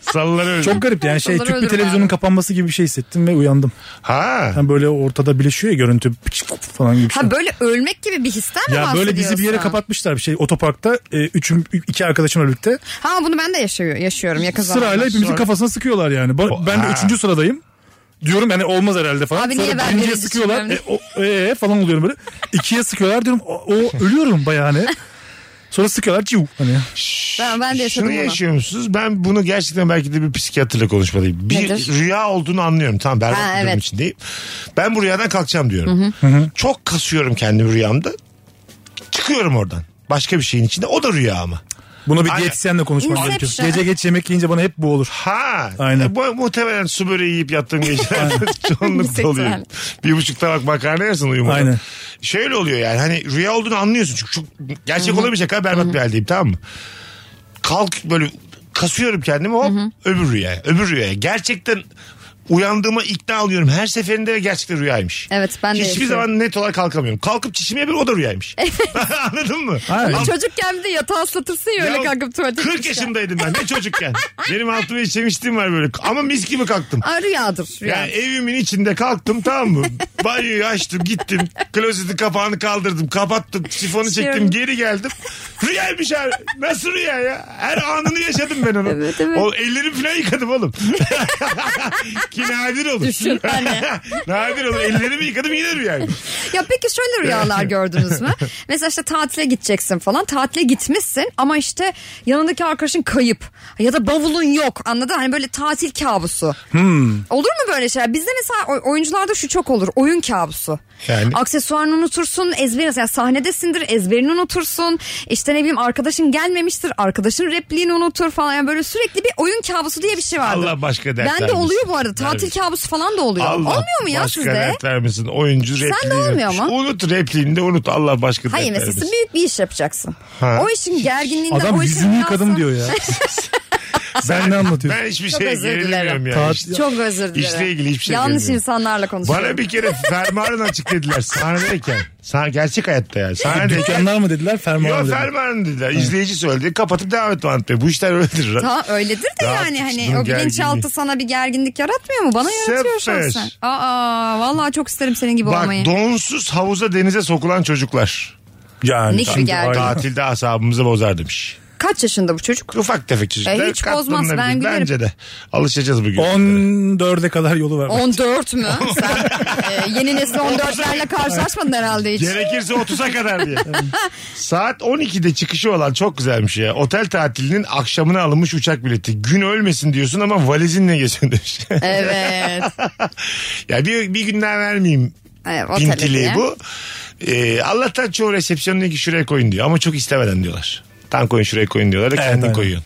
C: Salları öldüm.
E: Çok garip yani şey
D: Salları
E: Türk bir
D: ölürüm
E: televizyonun
D: abi.
E: kapanması gibi bir şey hissettim ve uyandım.
C: Ha.
E: Yani böyle ortada birleşiyor ya görüntü pıçık falan gibi bir şey.
D: Ha böyle ölmek gibi bir histen mi
E: ya böyle bizi bir yere
D: bahsediyorsun?
E: kapatmışlar bir şey otoparkta e, üçüm iki arkadaşımla birlikte
D: Ha bunu ben de yaşıyor, yaşıyorum yakın zamanda.
E: sırayla hepimizin kafasına sıkıyorlar yani. Ba- Ben de
C: Ha.
E: üçüncü sıradayım. Diyorum yani olmaz herhalde falan.
D: Abi niye ben
E: birinciye
D: böyle
E: sıkıyorlar. E,
D: düşünüyorum?
E: o- e, e falan oluyorum böyle. İkiye sıkıyorlar diyorum o, o- ölüyorum bayağı
D: <laughs>
E: hani. Sonra sıkıyorlar ciu hani.
D: Ben, ben de yaşadım
C: Şunu
D: bunu.
C: yaşıyor musunuz? Ben bunu gerçekten belki de bir psikiyatrla konuşmalıyım. Bir
D: Nedir?
C: rüya olduğunu anlıyorum. Tamam berbat
D: Ha,
C: bir durum
D: evet.
C: içindeyim. Ben bu rüyadan kalkacağım diyorum. Çok kasıyorum kendimi rüyamda. Çıkıyorum oradan. Başka bir şeyin içinde. O da rüya ama.
E: Bunu bir
C: Aynen.
E: diyetisyenle konuşmak
D: Inception.
E: gerekiyor. Gece geç yemek yiyince bana hep bu olur.
C: Ha.
E: Aynen.
C: E, bu, muhtemelen su böreği yiyip yattığım gecelerde <laughs> çoğunlukla
D: Seksüel.
C: oluyor. Bir buçuk tabak makarna yersin uyumadan.
E: Aynen.
C: Şöyle oluyor yani hani rüya olduğunu anlıyorsun. Çünkü çok gerçek olamayacak kadar berbat bir haldeyim tamam mı? Kalk böyle kasıyorum kendimi hop öbür rüyaya öbür rüyaya. Gerçekten uyandığıma ikna oluyorum. Her seferinde ve gerçekten rüyaymış.
D: Evet, ben de
C: Hiçbir
D: yaşıyorum.
C: zaman net olarak kalkamıyorum. Kalkıp çişimi yapıyorum o da rüyaymış. <laughs> Anladın mı?
E: Aynen.
C: Ama-
D: Çocukken bir de yatağı ıslatırsın ya, öyle
C: Ya,
D: kalkıp tuvalete
C: 40
D: gitmişken.
C: yaşındaydım ben ne
D: <laughs>
C: çocukken. Benim altıma işemiştim var böyle. Ama mis gibi kalktım.
D: Aa, rüyadır. Rüya.
C: Yani evimin içinde kalktım tamam mı? Banyoyu açtım gittim. Klozetin kapağını kaldırdım kapattım. Sifonu çektim
D: Yaşıyorum.
C: geri geldim. Rüyaymış her. Nasıl rüya ya? Her anını yaşadım ben onu.
D: Evet, evet.
C: O ellerimi falan yıkadım oğlum. <laughs> Ki nadir olur. <laughs>
D: Düşün, hani.
C: nadir olur. Ellerimi yıkadım yine rüyaymış.
D: Ya peki şöyle rüyalar
C: <laughs>
D: gördünüz mü? Mesela işte tatile gideceksin falan. Tatile gitmişsin ama işte yanındaki arkadaşın kayıp. Ya da bavulun yok anladın? Hani böyle tatil kabusu.
C: Hmm.
D: Olur mu böyle şeyler? Bizde mesela oy- oyuncularda şu çok olur. Oyun kabusu.
C: Yani.
D: Aksesuarını unutursun. Ezberini mesela sahnedesindir. Ezberini unutursun. İşte ne bileyim arkadaşın gelmemiştir. Arkadaşın repliğini unutur falan. Yani böyle sürekli bir oyun kabusu diye bir şey vardır.
C: Allah başka dert
D: Ben de
C: vermesin.
D: oluyor bu arada. Tatil
C: Vermesin.
D: kabusu falan da oluyor.
C: Allah
D: Olmuyor mu ya
C: başka
D: sizde?
C: dert vermesin. Oyuncu repliğini.
D: olmuyor mu?
C: Unut repliğini de unut. Allah başka
D: Hayır
C: dert
D: mesela
C: vermesin.
D: sen büyük bir iş yapacaksın.
C: şey. Ha.
D: O işin gerginliğinden
E: Adam
D: o işin
E: yüzünü
D: rüyasına-
E: yıkadım diyor
D: <laughs>
E: ya. ben ne anlatıyorum?
C: Ben hiçbir
D: Çok
C: şeye
D: özür dilerim.
C: gerilmiyorum ya.
E: Taat-
C: İşte-
D: Çok özür dilerim.
C: İşle ilgili hiçbir şey
D: Yanlış
C: bilmiyorum.
D: insanlarla konuşuyorum.
C: Bana bir
D: <laughs>
C: kere fermuarın açık dediler sahnedeyken. Sahne, gerçek hayatta yani. Sahnedeyken.
E: Dükkanlar mı dediler fermuar
C: Yok
E: mı dediler.
C: fermuarın dediler. İzleyici söyledi. Kapatıp devam etme anlatmaya. Bu işler öyledir.
D: Tamam öyledir de
C: Daha
D: yani hani
C: tutuştum
D: o bilinçaltı
C: gerginliği.
D: sana bir gerginlik yaratmıyor mu? Bana yaratıyor
C: Sıfır.
D: şahsen. Aa vallahi çok isterim senin gibi
C: Bak
D: olmayı.
C: donsuz havuza denize sokulan çocuklar.
E: Yani,
D: Ne şu
E: şimdi
D: geldi?
E: aynen.
C: Tatilde asabımızı bozar demiş.
D: Kaç yaşında bu çocuk?
C: Ufak tefek çocuklar.
D: E, hiç bozmaz, ben
C: katlanılabilir.
D: gülerim.
C: Bence de. Alışacağız bugün.
E: 14'e kadar yolu var.
C: <laughs>
D: 14 mü? Sen e, yeni nesil 14'lerle karşılaşmadın herhalde hiç.
C: Gerekirse 30'a kadar
D: <laughs>
C: diye. Saat 12'de çıkışı olan çok güzelmiş ya. Otel tatilinin akşamına alınmış uçak bileti. Gün ölmesin diyorsun ama valizinle geçiyorsun demiş. <laughs>
D: Evet.
C: ya bir, bir gün daha vermeyeyim
D: Evet, otele
C: pintiliği
D: diye.
C: bu. Ee, Allah'tan çoğu resepsiyonundaki şuraya koyun diyor. Ama çok istemeden diyorlar. Tam koyun şuraya koyun diyorlar da kendin
E: aynen.
C: koyuyorsun.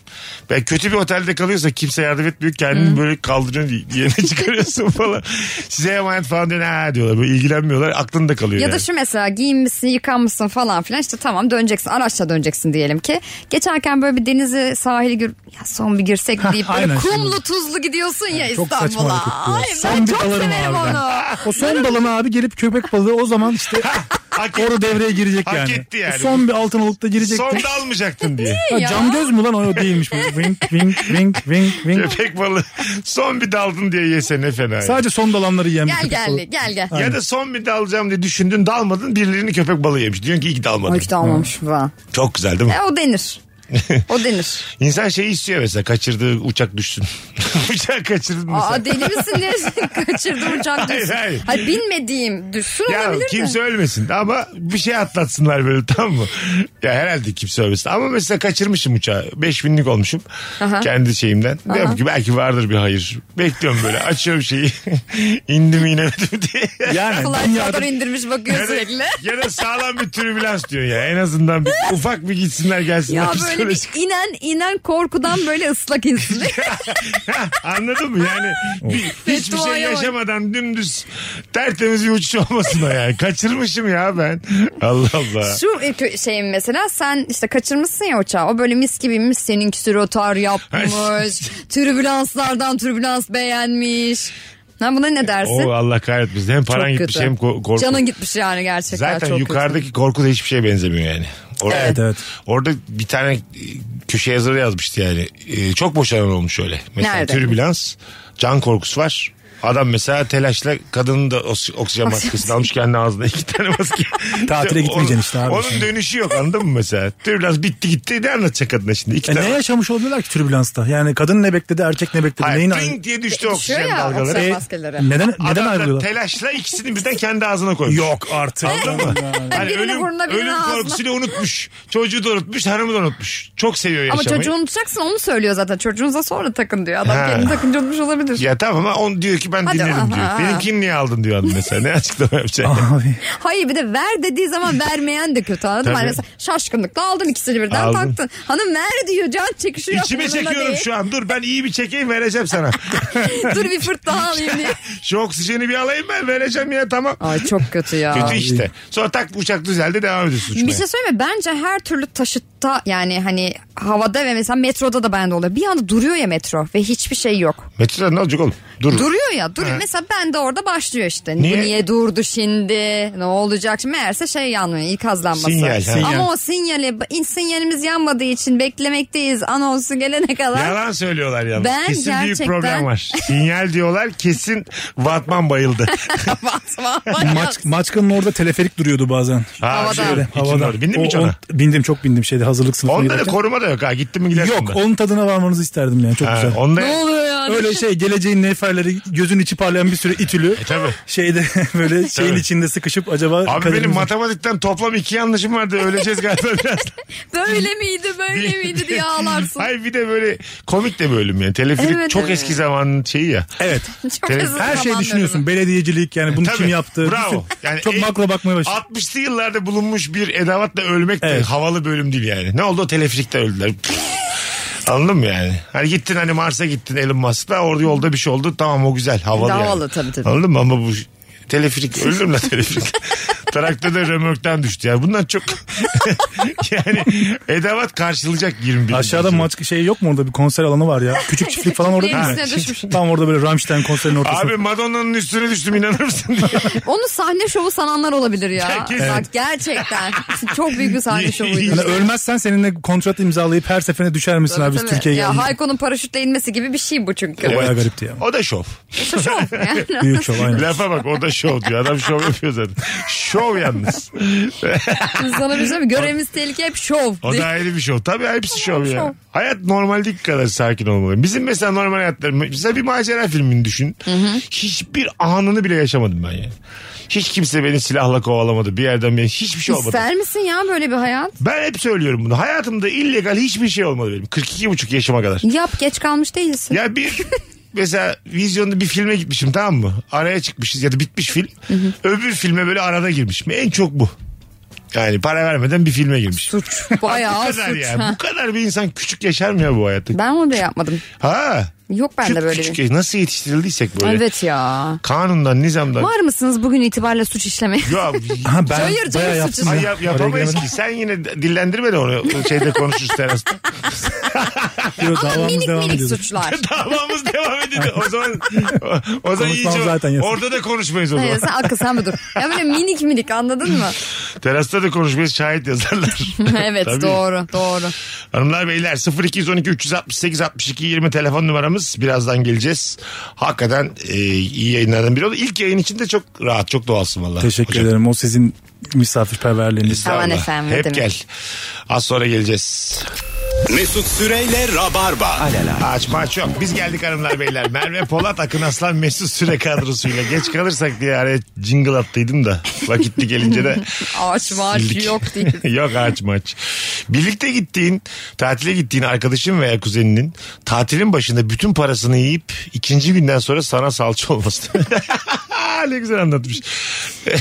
C: Ben kötü bir otelde kalıyorsa kimse yardım etmiyor. Kendini böyle kaldırıyorsun yerine <laughs> çıkarıyorsun falan. Size emanet falan diyor. Ha diyorlar. Böyle ilgilenmiyorlar. Aklında kalıyor
D: Ya da
C: yani.
D: şu mesela giyinmişsin, yıkanmışsın falan filan işte tamam döneceksin araçla döneceksin diyelim ki. Geçerken böyle bir denizi sahili gir ya son bir girsek deyip böyle
E: aynen
D: kumlu
E: şimdi.
D: tuzlu gidiyorsun ya
E: Çok saçma
D: İstanbul'a.
E: hareket bu ya.
D: Ay ben
E: Son bir
D: çok
E: dalarım
D: severim
E: abi ben.
D: onu.
E: O son balama abi gelip köpek balığı o zaman işte
C: Hak et-
E: orada devreye girecek
C: Hak
E: yani.
C: etti yani.
E: Son bir altın olukta girecek.
C: Son da almayacaktın diye.
E: Ha,
D: ya.
E: Cam göz mü lan
D: <laughs>
E: o değilmiş bu. Wink wink wink wink wink.
C: Köpek balığı son bir daldın diye yese ne fena. ya.
E: Sadece son dalanları yiyen bir
D: Gel
E: köpek
D: gel
E: balığı.
D: gel gel.
C: Ya da son bir dalacağım diye düşündün dalmadın birilerini köpek balığı yemiş. Diyorsun ki iyi ki dalmadın.
D: Ay hiç de almamış falan.
C: Çok güzel değil mi?
D: E, o denir. O denir.
C: İnsan şey istiyor mesela kaçırdığı uçak düşsün. <laughs> uçak kaçırdım mesela.
D: Aa deli misin diye
E: <laughs>
D: kaçırdım uçak
C: Hayır,
D: düşsün.
C: hayır.
D: Hayır, bilmediğim düşsün
C: ya
D: olabilir
C: kimse
D: de.
C: ölmesin ama bir şey atlatsınlar böyle tamam mı? Ya herhalde kimse ölmesin ama mesela kaçırmışım uçağı. 5000'lik olmuşum
D: Aha.
C: kendi şeyimden. Diyorum ki belki vardır bir hayır. Bekliyorum böyle açıyorum şeyi. <laughs> İndim <laughs> inemedim diye.
E: Yani
D: Flight'ları
E: dünyada
D: indirmiş bakıyor
C: Ya da,
D: sürekli.
C: ya da sağlam bir tribülans diyor ya. En azından bir, ufak bir gitsinler gelsinler.
D: Ya böyle bir
C: Psikolojik.
D: inen inen korkudan böyle ıslak
E: <laughs>
D: insin.
C: <laughs> Anladın mı?
D: <laughs>
C: Yani bir- hiçbir
D: Beddua
C: şey
D: yok.
C: yaşamadan dümdüz tertemiz bir uçuş olmasın o yani. Kaçırmışım ya ben. <laughs> Allah Allah.
D: Şu ilk şeyim mesela sen işte kaçırmışsın ya uçağı. O böyle mis gibiymiş. Seninkisi
C: <laughs>
D: rotar yapmış. türbülanslardan türbülans beğenmiş. Ha buna ne dersin?
C: E, O Allah kahretmesin. Hem paran
D: Çok
C: gitmiş
D: kötü.
C: hem ko- korku.
D: Canın gitmiş yani gerçekten
C: Zaten
D: çok
C: yukarıdaki korku da hiçbir şeye benzemiyor yani. Orada,
E: Evet, evet.
C: Orada bir tane e, köşe yazarı yazmıştı yani. E, çok boşanan olmuş öyle. Mesela
D: Nerede?
C: türbülans, can korkusu var. Adam mesela telaşla kadının da oks- oksijen maskesini almış kendi ağzına iki tane maske.
E: <laughs> Tatile gitmeyeceksin işte abi
C: Onun
E: şimdi.
C: dönüşü yok anladın mı mesela? Türbülans bitti gitti ne anlatacak kadına şimdi? İki
E: E
C: tane.
E: ne yaşamış olabilirler ki türbülansta? Yani kadın ne bekledi, erkek ne bekledi?
C: Hayır,
E: Neyin E,
C: ting diye düştü
D: Düşüyor
C: oksijen
D: ya
C: dalgaları.
D: oksijen
C: E,
D: maskeleri.
E: Neden neden
C: Adam da
E: ayrılıyorlar?
C: telaşla ikisini birden kendi ağzına koymuş.
E: Yok artık.
C: Anladın mı? Hani
D: Birini
C: ölüm,
D: burnuna, birini
C: ölüm
D: ağzına.
C: korkusuyla unutmuş. Çocuğu da unutmuş, hanımı da unutmuş. Çok seviyor
D: Ama
C: yaşamayı.
D: çocuğu unutacaksın onu söylüyor zaten. Çocuğunuza sonra takın diyor. Adam
C: Ha.
D: kendini takınca unutmuş olabilir.
C: Ya tamam ama on diyor ki ben
D: Hadi,
C: dinledim
D: aha,
C: diyor.
D: aha.
C: Benimkini niye aldın diyor adam mesela. Ne açıklama yapacak?
E: Abi.
D: Hayır bir de ver dediği zaman vermeyen de kötü anladın mı?
C: Tabii.
D: Hani mesela şaşkınlıkla aldın ikisini birden
C: Aldım.
D: taktın. Hanım ver diyor can çekişiyor.
C: İçime
D: Umurunda
C: çekiyorum
D: değil.
C: şu an. Dur ben iyi bir çekeyim vereceğim
D: <laughs>
C: sana.
D: Dur bir fırt daha
C: <laughs>
D: alayım diye.
C: şu oksijeni bir alayım ben vereceğim ya tamam.
D: Ay çok kötü ya.
C: Kötü işte. Sonra tak uçak düzeldi devam ediyorsun uçmaya.
D: Bir şey söyleyeyim mi? Bence her türlü taşıtta yani hani havada ve mesela metroda da bende oluyor. Bir anda duruyor ya metro ve hiçbir şey yok.
C: Metroda ne olacak oğlum? Dur.
D: Duruyor ya duruyor.
C: Ha.
D: Mesela ben de orada başlıyor işte. Bu
C: Niye?
D: niye durdu şimdi? Ne olacak? Şimdi meğerse şey yanmıyor. ikaz lambası.
C: Sinyal, ha.
D: Ama o sinyali in- sinyalimiz yanmadığı için beklemekteyiz. Anonsu gelene kadar. <laughs>
C: Yalan söylüyorlar yalnız.
D: Ben
C: kesin
D: gerçekten-
C: büyük problem var. Sinyal diyorlar kesin Vatman
D: <laughs>
C: bayıldı.
D: Basma.
E: Maç, Maçka'nın orada teleferik duruyordu bazen.
C: Ha,
D: Havadan.
C: şöyle,
E: Havada.
C: ikinci doğru. Bindin mi
E: O-
C: hiç ona?
E: on- bindim çok bindim şeyde hazırlık sınıfına
C: Onda da
E: giderken.
C: koruma da yok ha. Gittin mi gidersin
E: Yok
C: de.
E: onun tadına varmanızı isterdim yani çok
C: Ha,
E: güzel.
C: Onda
D: Ne oluyor yani?
E: Öyle şey geleceğin neferleri gözün içi parlayan bir sürü itülü.
C: E, tabii.
E: Şeyde <laughs> böyle şeyin
C: Tabii.
E: içinde sıkışıp acaba
C: Abi
E: kaderimiz-
C: benim matematikten toplam iki yanlışım vardı. Öleceğiz
D: <laughs>
C: galiba biraz.
D: Böyle miydi böyle miydi diye ağlarsın.
C: Hayır bir de böyle komik de bir bölüm yani. Teleferik
D: Evet,
C: çok
D: evet.
C: eski zamanın şeyi ya.
E: Evet.
D: Çok
C: Her
D: hızlı
E: Her şeyi
D: zaman dönümü.
E: düşünüyorsun. Belediyecilik yani bunu
C: E, Tabii.
E: kim yaptı?
C: Bravo.
E: Bir sürü-
C: Yani e,
E: çok
C: en-
E: makro bakmaya başladı.
C: 60'lı yıllarda bulunmuş bir edavatla ölmek de
E: Evet.
C: havalı bölüm değil yani. Ne oldu o teleferikte öldüler. Anladın mı yani? Hani gittin hani Mars'a gittin Elon Musk'la orada yolda bir şey oldu. Tamam o güzel havalı
D: Daha
C: yani.
D: havalı tabii, tabii.
C: Anladın mı ama bu teleferik öldüm mü lan
D: <laughs>
C: teleferik? Traktörde römorktan düştü. Yani bundan çok <laughs> yani edavat karşılayacak 21.
E: Aşağıda
C: yüzyılda.
E: maç şey yok mu orada bir konser alanı var ya.
D: <laughs>
E: Küçük çiftlik falan orada
D: Çiftliğin
E: değil mi?
D: üstüne düşmüş.
E: Tam orada böyle Rammstein konserinin ortasında.
C: Abi Madonna'nın üstüne düştüm inanır mısın?
D: Onu sahne şovu sananlar olabilir ya.
C: Kesin.
D: Bak gerçekten. Çok büyük bir sahne şovuydu.
E: Hani ölmezsen seninle kontrat imzalayıp her seferine düşer misin
D: Tabii,
E: abi biz
D: tabii.
E: Türkiye'ye
D: Ya
E: geldik.
D: Hayko'nun paraşütle inmesi gibi bir şey bu çünkü.
E: O bayağı garipti ya.
C: o da şov.
D: E, Şov yani.
C: <laughs>
E: Büyük şov aynen.
C: Lafa bak o da şov diyor. Adam şov yapıyor zaten. Şov şov yalnız.
D: Sana bir şey mi? Görevimiz tehlike hep şov.
C: O da ayrı bir şov. Tabii hepsi şov ya. Hayat normaldeki kadar sakin olmalı. Bizim mesela normal hayatlarımız. Mesela bir macera filmini düşün. Hiçbir anını bile yaşamadım ben yani. Hiç kimse beni silahla kovalamadı. Bir yerden bir hiçbir şey olmadı.
D: İster misin ya böyle bir hayat?
C: Ben hep söylüyorum bunu. Hayatımda illegal hiçbir şey olmadı benim. 42,5 yaşıma kadar.
D: Yap geç kalmış değilsin.
C: Ya bir mesela vizyonda bir filme gitmişim tamam mı? Araya çıkmışız ya da bitmiş film. Öbür filme böyle arada girmişim. En çok bu. Yani para vermeden bir filme girmiş.
D: Suç.
C: bu
D: Bayağı
C: kadar
D: suç.
C: ya.
D: ha.
C: Bu kadar bir insan küçük yaşar mı ya bu hayatta?
D: Ben onu da yapmadım.
C: Ha.
D: Yok
C: Çok
D: bende böyle
C: küçük
D: bir.
C: yaş- Nasıl yetiştirildiysek böyle.
D: Evet ya.
C: Kanundan, nizamdan.
D: Var mısınız bugün itibariyle suç işlemeye? <laughs>
C: Ya,
E: Ha, ben
D: Hayır, canım
E: bayağı yaptım.
D: suçu.
C: Ay,
E: ya.
C: yap- yapamayız
E: Oraya
C: ki. Sen yine de- dillendirme de onu şeyde konuşuruz
D: <laughs>
C: terasta.
E: giremedim. Yo,
D: Ama
E: davamız
D: minik
E: devam
D: minik
E: ediyordu.
D: suçlar.
C: Davamız devam ediyor. O zaman o, o zaman
E: Konuşmam
C: iyice
E: zaten yasak.
C: orada da konuşmayız o zaman.
D: Hayır sen akıl sen bir dur. Ya böyle minik minik anladın
C: <laughs>
D: mı?
C: Terasta da konuşmayız şahit yazarlar.
D: <laughs> evet
C: Tabii.
D: doğru doğru.
C: Hanımlar beyler 0212 368 62 20 telefon numaramız. Birazdan geleceğiz. Hakikaten e, iyi yayınlardan biri oldu. İlk yayın için de çok rahat, çok doğalsın vallahi.
E: Teşekkür
C: Hocam.
E: ederim. O sizin misafirperverliğiniz.
C: Estağfurullah.
D: Aman efendim, ne
C: Hep
D: demek.
C: gel. Az sonra geleceğiz.
B: Mesut Süreyle Rabarba.
C: Açma aç yok. Biz geldik hanımlar beyler. Merve Polat, Akın Aslan, Mesut Süre kadrosuyla. Geç kalırsak diye araya jingle attıydım da. Vakitli gelince
D: <laughs>
C: de
D: Ağaç var
C: sildik.
D: yok
C: <laughs>
D: değil.
C: yok ağaç maç. Birlikte gittiğin, tatile gittiğin arkadaşın veya kuzeninin tatilin başında bütün parasını yiyip ikinci günden sonra sana salça olması. <laughs> ne güzel anlatmış. <laughs>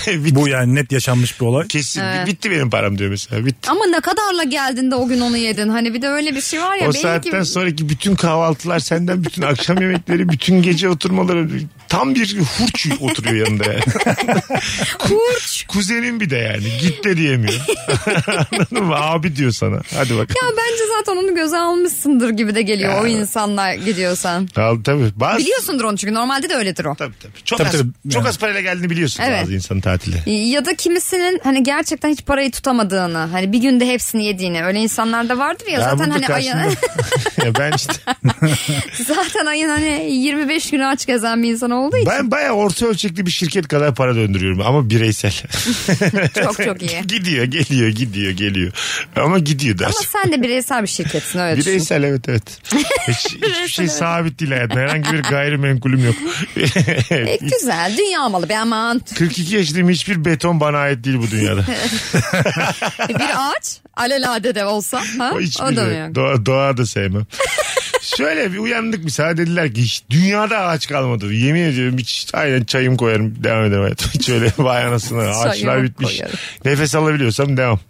C: Bitti.
E: Bu yani net yaşanmış bir olay.
C: Kesin bitti benim param diyor mesela. Bitti.
D: Ama ne kadarla geldin de o gün onu yedin. Hani bir de öyle bir şey var ya.
C: o
D: belki-
C: saatten sonraki bütün kahvaltılar senden bütün akşam yemekleri bütün gece oturmaları tam bir hurç oturuyor yanında yani. <laughs>
D: Kurç.
C: Kuzenin bir de yani git de diyemiyor. <laughs> Anladın mı? Abi diyor sana. Hadi
D: Ya
C: bakalım.
D: <laughs> bence zaten onu göze almışsındır gibi de geliyor
C: Ya.
D: o insanla gidiyorsan.
C: Al tabii. Bazı...
D: Biliyorsundur onu çünkü normalde de öyledir o.
C: Tabii tabii. Çok,
E: Tabii
C: az,
E: tabii.
C: çok
E: Yani.
C: az parayla geldiğini biliyorsun
D: Evet.
C: bazı insanın tatili.
D: Ya da kimisinin hani gerçekten hiç parayı tutamadığını hani bir günde hepsini yediğini öyle insanlar da vardır ya,
C: Ben
D: zaten
C: burada
D: hani ayın,
C: karşımda- <laughs> Ya ben işte
D: <laughs> zaten ayın hani 25 günü aç gezen bir insan
C: <laughs>
D: olduğu için
C: ben bayağı orta ölçekli bir şirket kadar para döndürüyorum ama bireysel.
D: çok çok iyi.
C: <laughs> gidiyor geliyor gidiyor geliyor ama gidiyor da.
D: Ama sen de bireysel bir şirketsin öyle düşün.
C: Bireysel evet evet.
D: <laughs>
C: Hiç, hiçbir şey sabit değil hayatımda. Herhangi bir gayrimenkulüm yok.
D: E, güzel dünya malı be
C: <laughs>
D: aman.
C: 42 yaşındayım hiçbir beton bana ait değil bu
D: <laughs>
C: dünyada.
D: E, bir ağaç alelade de olsa ha?
C: O hiçbir
D: o da mı
C: şey.
D: yok?
C: Doğa, doğa da sevmem. <laughs> Şöyle bir uyandık bir saat dediler ki hiç dünyada ağaç kalmadı. Yemin ediyorum hiç aynen çayım koyarım devam ederim hayatıma. Hiç
D: <laughs>
C: öyle vay anasını ağaçlar
D: Çayımı
C: bitmiş.
D: koyarım.
C: Nefes alabiliyorsam devam. <laughs>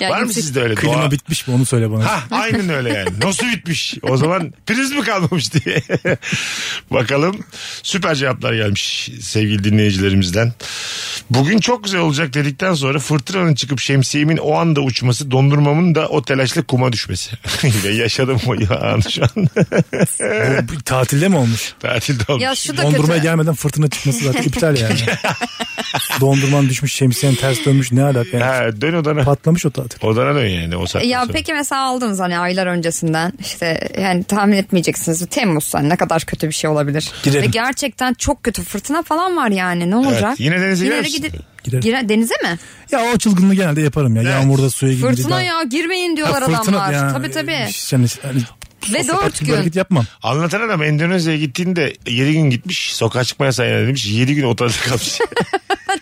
D: Ya
C: Var mı
D: yüksek-
C: sizde öyle?
E: Klima
C: doğa?
E: bitmiş mi onu söyle bana.
C: Ha aynen öyle yani. Nasıl bitmiş? O zaman priz mi kalmamış diye. <laughs> Bakalım süper cevaplar gelmiş sevgili dinleyicilerimizden. Bugün çok güzel olacak dedikten sonra fırtınanın çıkıp şemsiyemin o anda uçması dondurmamın da o telaşla kuma düşmesi. <laughs> Ya Yaşadım o ya anı şu an.
E: Bu bir tatilde mi olmuş?
C: Tatilde olmuş.
D: Ya şu da
E: Dondurmaya
D: kötü.
E: gelmeden fırtına
D: <laughs>
E: çıkması zaten iptal yani.
C: <laughs>
E: Dondurman düşmüş şemsiyen ters dönmüş ne alaka yani.
C: Ha, dön odana.
E: Patlamış o tatil.
C: Odana dön yani o saatten
D: Ya
C: sonra.
D: peki mesela aldınız hani aylar öncesinden işte yani tahmin etmeyeceksiniz Temmuz hani ne kadar kötü bir şey olabilir.
E: Girelim.
D: Ve gerçekten çok kötü fırtına falan var yani ne olacak?
C: yine denize girer
D: de
C: misin?
D: gidip-
E: Girerim.
D: Gire- denize mi?
E: Ya o çılgınlığı genelde yaparım ya. Yağmurda suya gidince.
D: Fırtına
E: daha-
D: ya girmeyin
E: Ya
D: diyorlar adamlar.
E: ya.
D: Tabii tabii. E,
E: Hiç yani- yani-
D: Ve dört
E: Tatil böyle
D: gün.
E: hani, git yapmam.
C: Anlatan adam Endonezya'ya gittiğinde 7 gün gitmiş. Sokağa çıkma yasağı ilan edilmiş. 7 gün otelde kalmış.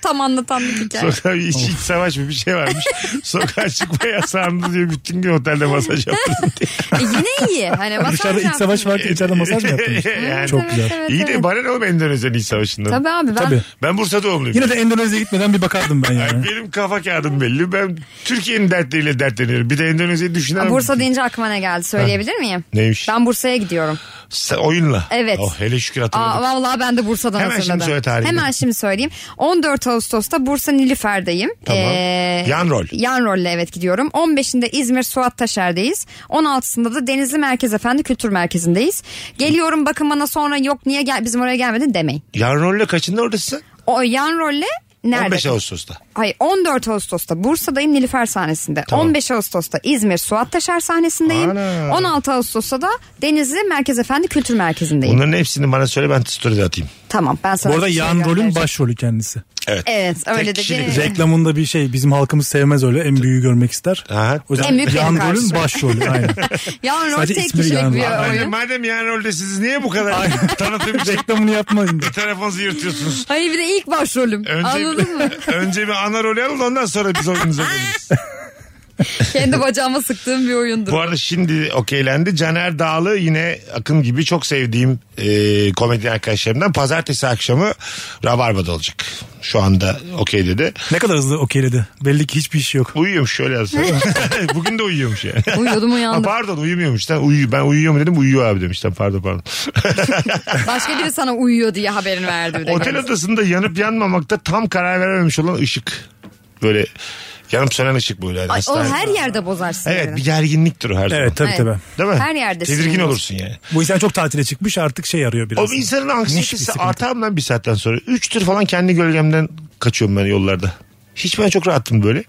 D: Tam anlatan bir hikaye.
C: Sokağa iç, iç savaş mı bir şey
E: <laughs>
C: varmış. Sokağa çıkma yasağında diyor bütün gün otelde masaj yaptın diye.
D: E yine iyi. Hani masaj
E: <laughs> Dışarıda iç
D: yaptın.
E: savaş varken içeride masaj
C: <laughs>
E: mı yaptınız?
C: Yani-
E: Çok
D: Evet,
E: güzel.
D: evet,
C: İyi de
D: evet.
C: bana ne oğlum Endonezya'nın iç savaşından.
D: Tabii abi ben
E: Tabii.
C: Ben Bursa doğumluyum.
E: Yine de Endonezya'ya gitmeden bir bakardım ben
C: Yani
E: yani.
C: benim kafa kağıdım belli. Ben Türkiye'nin dertleriyle dertleniyorum. Bir de Endonezya'yı düşünemem.
D: Bursa deyince aklıma ne geldi söyleyebilir miyim?
C: Neymiş?
D: Ben Bursa'ya gidiyorum.
C: Sen oyunla.
D: Evet.
C: Oh, hele şükür
D: Aa,
C: hatırladım.
D: vallahi ben de Bursa'dan
C: Hemen
D: hazırladım.
C: şimdi söyle tarihini.
D: Hemen şimdi söyleyeyim. 14 Ağustos'ta Bursa Nilüfer'deyim.
C: Tamam.
D: Ee,
C: Yan rol.
D: Yan rolle evet gidiyorum. 15'inde İzmir Suat Taşer'deyiz. 16'sında da Denizli Merkez Efendi Kültür Merkezi'ndeyiz. Geliyorum bakın bana sonra yok niye gel bizim oraya gelmedin demeyin.
C: Yarın rolle kaçında oradasın?
D: O yan rolle nerede?
C: 15 Ağustos'ta.
D: Hayır 14 Ağustos'ta Bursa'dayım Nilüfer sahnesinde.
C: Tamam.
D: 15 Ağustos'ta İzmir Suat Taşer sahnesindeyim.
C: Ana.
D: 16 Ağustos'ta da Denizli Merkez Efendi Kültür Merkezi'ndeyim.
C: Bunların hepsini bana söyle ben story'de atayım.
D: Tamam ben sana
E: Bu arada
D: bir şey
E: yan rolün
D: göndereceğim.
E: başrolü kendisi.
D: Evet öyle
C: Tek
D: de
C: kişilik.
D: bir...
E: Reklamında bir şey bizim halkımız sevmez öyle en büyüğü görmek ister.
C: Aha.
E: O yüzden
D: En büyük
E: yan
D: benim
E: rolün
D: karşıma. <laughs>
E: başrolü aynen.
D: Yan rol
E: Sadece
D: tek
E: ismini
D: kişilik
E: yan rol.
D: bir
C: Aynen,
D: oyun.
C: madem yani rolde siz niye bu kadar <laughs> tanıtım şey-
E: Reklamını yapmayın. diye.
C: telefonunuzu yırtıyorsunuz?
D: Hayır bir de ilk başrolüm.
C: Önce,
D: Anladın mı?
C: <laughs> önce bir ana rolü alın ondan sonra biz oyunuza geliriz.
D: Kendi bacağıma sıktığım bir oyundur.
C: Bu arada şimdi okeylendi. Caner Dağlı yine Akın gibi çok sevdiğim e, komedyen arkadaşlarımdan pazartesi akşamı Rabarba'da olacak. Şu anda okey dedi.
E: Ne kadar hızlı okeyledi. Belli ki hiçbir işi yok.
C: Uyuyormuş şöyle
D: <laughs>
C: yazsın. Bugün de uyuyormuş yani.
D: Uyuyordum
C: Ha,
D: uyandım.
C: pardon uyumuyormuş. Sen uyu, ben uyuyor mu dedim uyuyor abi demişler. Pardon pardon.
D: Başka biri sana uyuyor diye haberini verdi. bir de.
C: Otel odasında yanıp yanmamakta tam karar verememiş olan ışık. Böyle yanıp sönen ışık böyle.
D: Ay, o
C: hastane.
D: her yerde bozarsın.
C: Evet
D: yani.
C: bir gerginliktir o her zaman.
E: Evet tabii
D: Evet.
E: tabii.
C: Değil mi?
D: Her yerde
C: Tedirgin
D: sinir
C: olursun yani.
E: Bu insan çok tatile çıkmış artık şey arıyor biraz.
C: O bir insanın
E: Niş bir
C: anksiyetesi
E: sıkıntı.
C: artar mı lan bir saatten sonra? Üç tür falan kendi gölgemden kaçıyorum ben yollarda. Hiç ben çok rahatım böyle.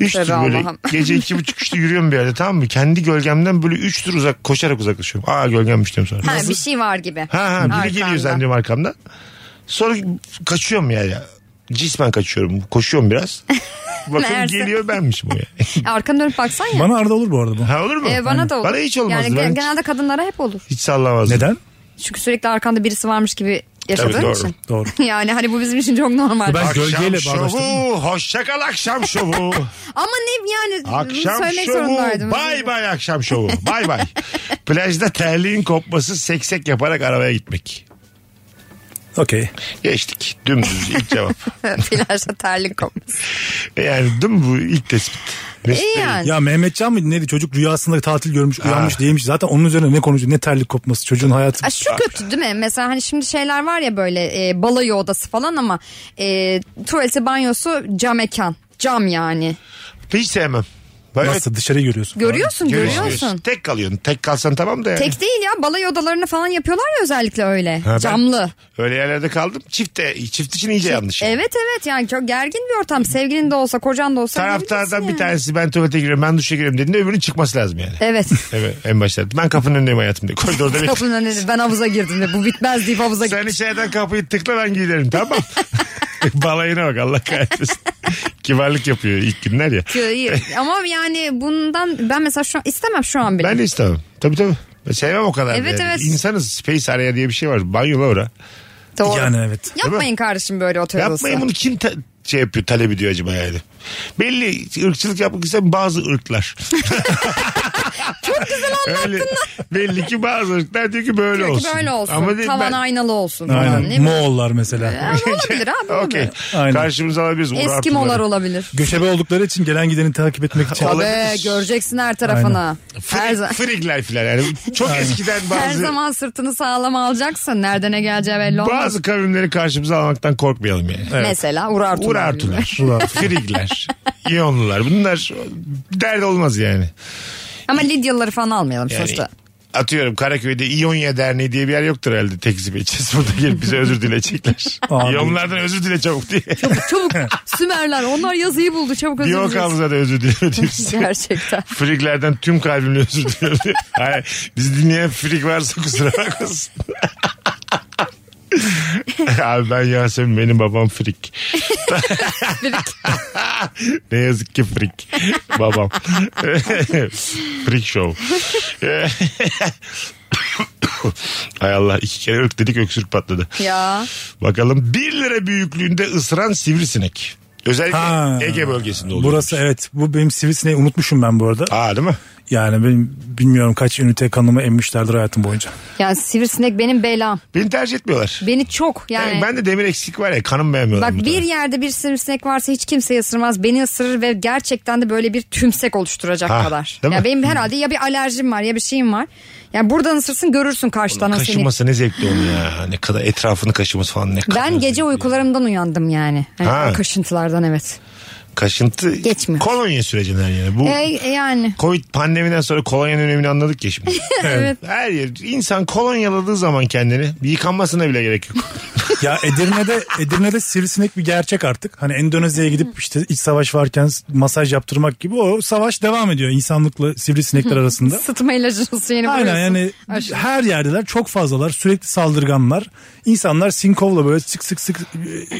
C: Üç
D: Tövbe
C: tür böyle
D: Allah'ım.
C: <laughs> gece iki buçuk üçte yürüyorum bir yerde tamam mı? Kendi gölgemden böyle üç tur uzak koşarak uzaklaşıyorum. Aa gölgemmiş diyorum sonra.
D: Ha, bir şey var gibi.
C: Ha ha biri geliyor
D: Arkamda.
C: zannediyorum arkamdan. Sonra kaçıyorum yani. Cismen kaçıyorum. Koşuyorum
D: <laughs>
C: biraz. Bakın
D: Meğerse.
C: geliyor benmişim o ya.
D: Arkana E, dönüp baksan ya.
E: Bana arada olur bu arada
C: <laughs>
E: bu.
C: Ha olur mu?
D: Ee, bana da olur.
C: Bana hiç olmaz.
D: Yani
C: ben
D: gen-
C: hiç-
D: genelde kadınlara hep olur.
C: hiç sallamazdım.
E: Neden?
D: Çünkü sürekli arkanda birisi varmış gibi yaşadığın
C: Tabii, doğru.
D: için.
E: Doğru.
D: <laughs> Yani hani bu bizim için çok normal.
E: Ben
C: Akşam
E: gölgeyle bağdaştırdım.
C: şovu. Hoşçakal akşam
D: <laughs>
C: şovu.
D: Ama ne yani bunu
C: Akşam
D: söylemek
C: şovu.
D: zorundaydım.
C: Bay bay akşam şovu. Bay bay. Plajda terliğin kopması seksek yaparak arabaya gitmek.
E: Okey.
C: Geçtik. Dümdüz ilk
D: <laughs>
C: cevap.
D: Plajda terlik kopmuş.
C: Yani değil mi bu ilk tespit? Mesut
D: İyi
C: Bey.
D: yani.
E: Ya Mehmetcan mıydı neydi çocuk rüyasında tatil görmüş uyanmış
C: Ha.
E: değilmiş. Zaten onun üzerine ne konuşuyor ne terlik kopması çocuğun hayatı.
D: Aa, şu kötü değil mi? Mesela hani şimdi şeyler var ya böyle e, balayı odası falan ama e, tuvaleti banyosu cam mekan. Cam yani.
C: Hiç sevmem. Böyle
E: Nasıl dışarı görüyorsun.
D: Görüyorsun
C: görüyorsun,
D: görüyorsun.
C: Tek kalıyorsun. Tek kalsan tamam da yani.
D: Tek değil ya balayı odalarını falan yapıyorlar ya özellikle öyle.
C: ben-
D: Camlı.
C: Öyle yerlerde kaldım. Çift, de, çift için iyice yanlış. yani.
D: Evet evet yani çok gergin bir ortam. Sevgilin de olsa kocan da olsa.
C: Taraftardan
D: bilebilirsin
C: bir
D: yani.
C: tanesi ben tuvalete giriyorum ben duşa giriyorum dediğinde öbürünün çıkması lazım yani.
D: Evet. <laughs>
C: Evet en başta. Ben kapının önündeyim hayatım diye. Koridorda bekliyorum.
D: Kapının önünde ben havuza girdim de bu bitmez deyip havuza
C: Sen
D: girdim.
C: içeriden kapıyı tıkla ben giderim
D: <laughs>
C: tamam. Balayına bak Allah kahretsin. Kibarlık yapıyor ilk günler ya.
D: Ama yani bundan ben mesela şu an istemem şu an bile.
C: Ben de istemem. Tabii tabii. Ben sevmem o kadar.
D: Evet,
C: da yani.
D: evet.
C: İnsanız space area diye bir şey var. Banyo la ora.
D: Doğru.
E: Yani evet.
D: Yapmayın kardeşim böyle otel odası.
C: Yapmayın bunu kim ta- şey yapıyor talep ediyor acaba yani. Belli ırkçılık yapmak isteyen bazı ırklar.
D: <laughs> Çok güzel anlattın.
C: Öyle, belli ki bazı ırklar diyor ki böyle
D: Diyor ki
C: olsun.
D: böyle olsun.
C: değil,
D: Tavan
C: ben- Şey,
D: aynalı olsun falan. Ne
E: Aynen.
D: bileyim.
E: Moğollar mesela.
C: <laughs>
D: Yani olabilir abi.
C: Okey.
D: olabilir.
E: Aynen.
C: Karşımıza alabiliriz. Uğur
D: Eskimolar
C: Artıları.
D: olabilir.
E: Göçebe oldukları için gelen gideni takip etmek için.
D: Tabii göreceksin her tarafına. Her,
C: Frig,
D: za-
C: frigler filan yani. Çok eskiden <laughs> bazı...
D: her zaman sırtını sağlam alacaksın. Nerede ne geleceği belli olmaz.
C: Bazı kavimleri karşımıza almaktan korkmayalım yani.
D: Mesela Urartu.
C: Uğur
D: <laughs>
C: Artular, Frigler, İyonlular. Bunlar dert olmaz yani.
D: Ama Lidyalıları falan almayalım
C: Yani
D: sonuçta.
C: Atıyorum Karaköy'de İyonya Derneği diye bir yer yoktur herhalde. Tekzip edeceğiz burada gelip bize özür dileyecekler.
E: Abi.
C: İyonlardan özür dile çabuk diye. <laughs>
D: Çabuk Sümerler onlar yazıyı buldu çabuk özür
C: Yok
D: dileriz.
C: da özür dileyeceğiz.
D: <laughs> Gerçekten.
C: Friglerden tüm kalbimle özür diliyorum. Hayır, bizi dinleyen frig varsa kusura bakmasın. <laughs> Abi ben Yasemin benim babam frik. <laughs> ne yazık ki frik. Babam. <laughs> frik show. <laughs> Hay Allah iki kere ırk dedik öksürük patladı.
D: Ya
C: Bakalım 1 lira büyüklüğünde ısıran sivrisinek. Özellikle
E: Ha.
C: Ege bölgesinde oluyor.
E: Burası evet. Bu benim sivrisineği unutmuşum ben bu arada.
C: Aa değil mi?
E: Yani benim bilmiyorum kaç ünite kanımı emmişlerdir hayatım boyunca.
D: yani sivrisinek benim belam.
C: Beni tercih etmiyorlar.
D: Beni çok yani.
C: Yani ben de demir eksik var ya kanım beğenmiyorlar.
D: Bak
C: bu
D: bir
C: tarafa.
D: yerde bir sivrisinek varsa hiç kimse ısırmaz. Beni ısırır ve gerçekten de böyle bir tümsek oluşturacak
C: Ha,
D: kadar.
C: değil mi?
D: Ya benim herhalde ya bir alerjim var ya bir şeyim var. Yani buradan ısırsın görürsün karşıdan o seni.
C: Kaşınması ne zevkli onun
D: <laughs>
C: ya. Ne kadar etrafını kaşıması falan ne kadar.
D: Ben gece
C: zevkli.
D: uykularımdan uyandım yani. Hani
C: Ha.
D: o kaşıntılardan evet.
C: Kaşıntı
I: Geçmiyor.
C: kolonya sürecinden yani. Bu
D: E, e, yani.
C: Covid pandemiden sonra kolonyanın önemini anladık ya
D: <laughs>
C: şimdi. evet. Her yer. insan kolonyaladığı zaman kendini yıkanmasına bile gerek yok.
E: Ya
C: <laughs>
E: Edirne'de Edirne'de sivrisinek bir gerçek artık. Hani Endonezya'ya gidip işte iç savaş varken masaj yaptırmak gibi o savaş devam ediyor insanlıkla sivrisinekler arasında.
D: Sıtma ilacını suyunu
E: Aynen
D: vuruyorsun.
E: yani
D: Aşı.
E: her yerdeler çok fazlalar sürekli saldırganlar. İnsanlar sinkovla böyle sık sık sık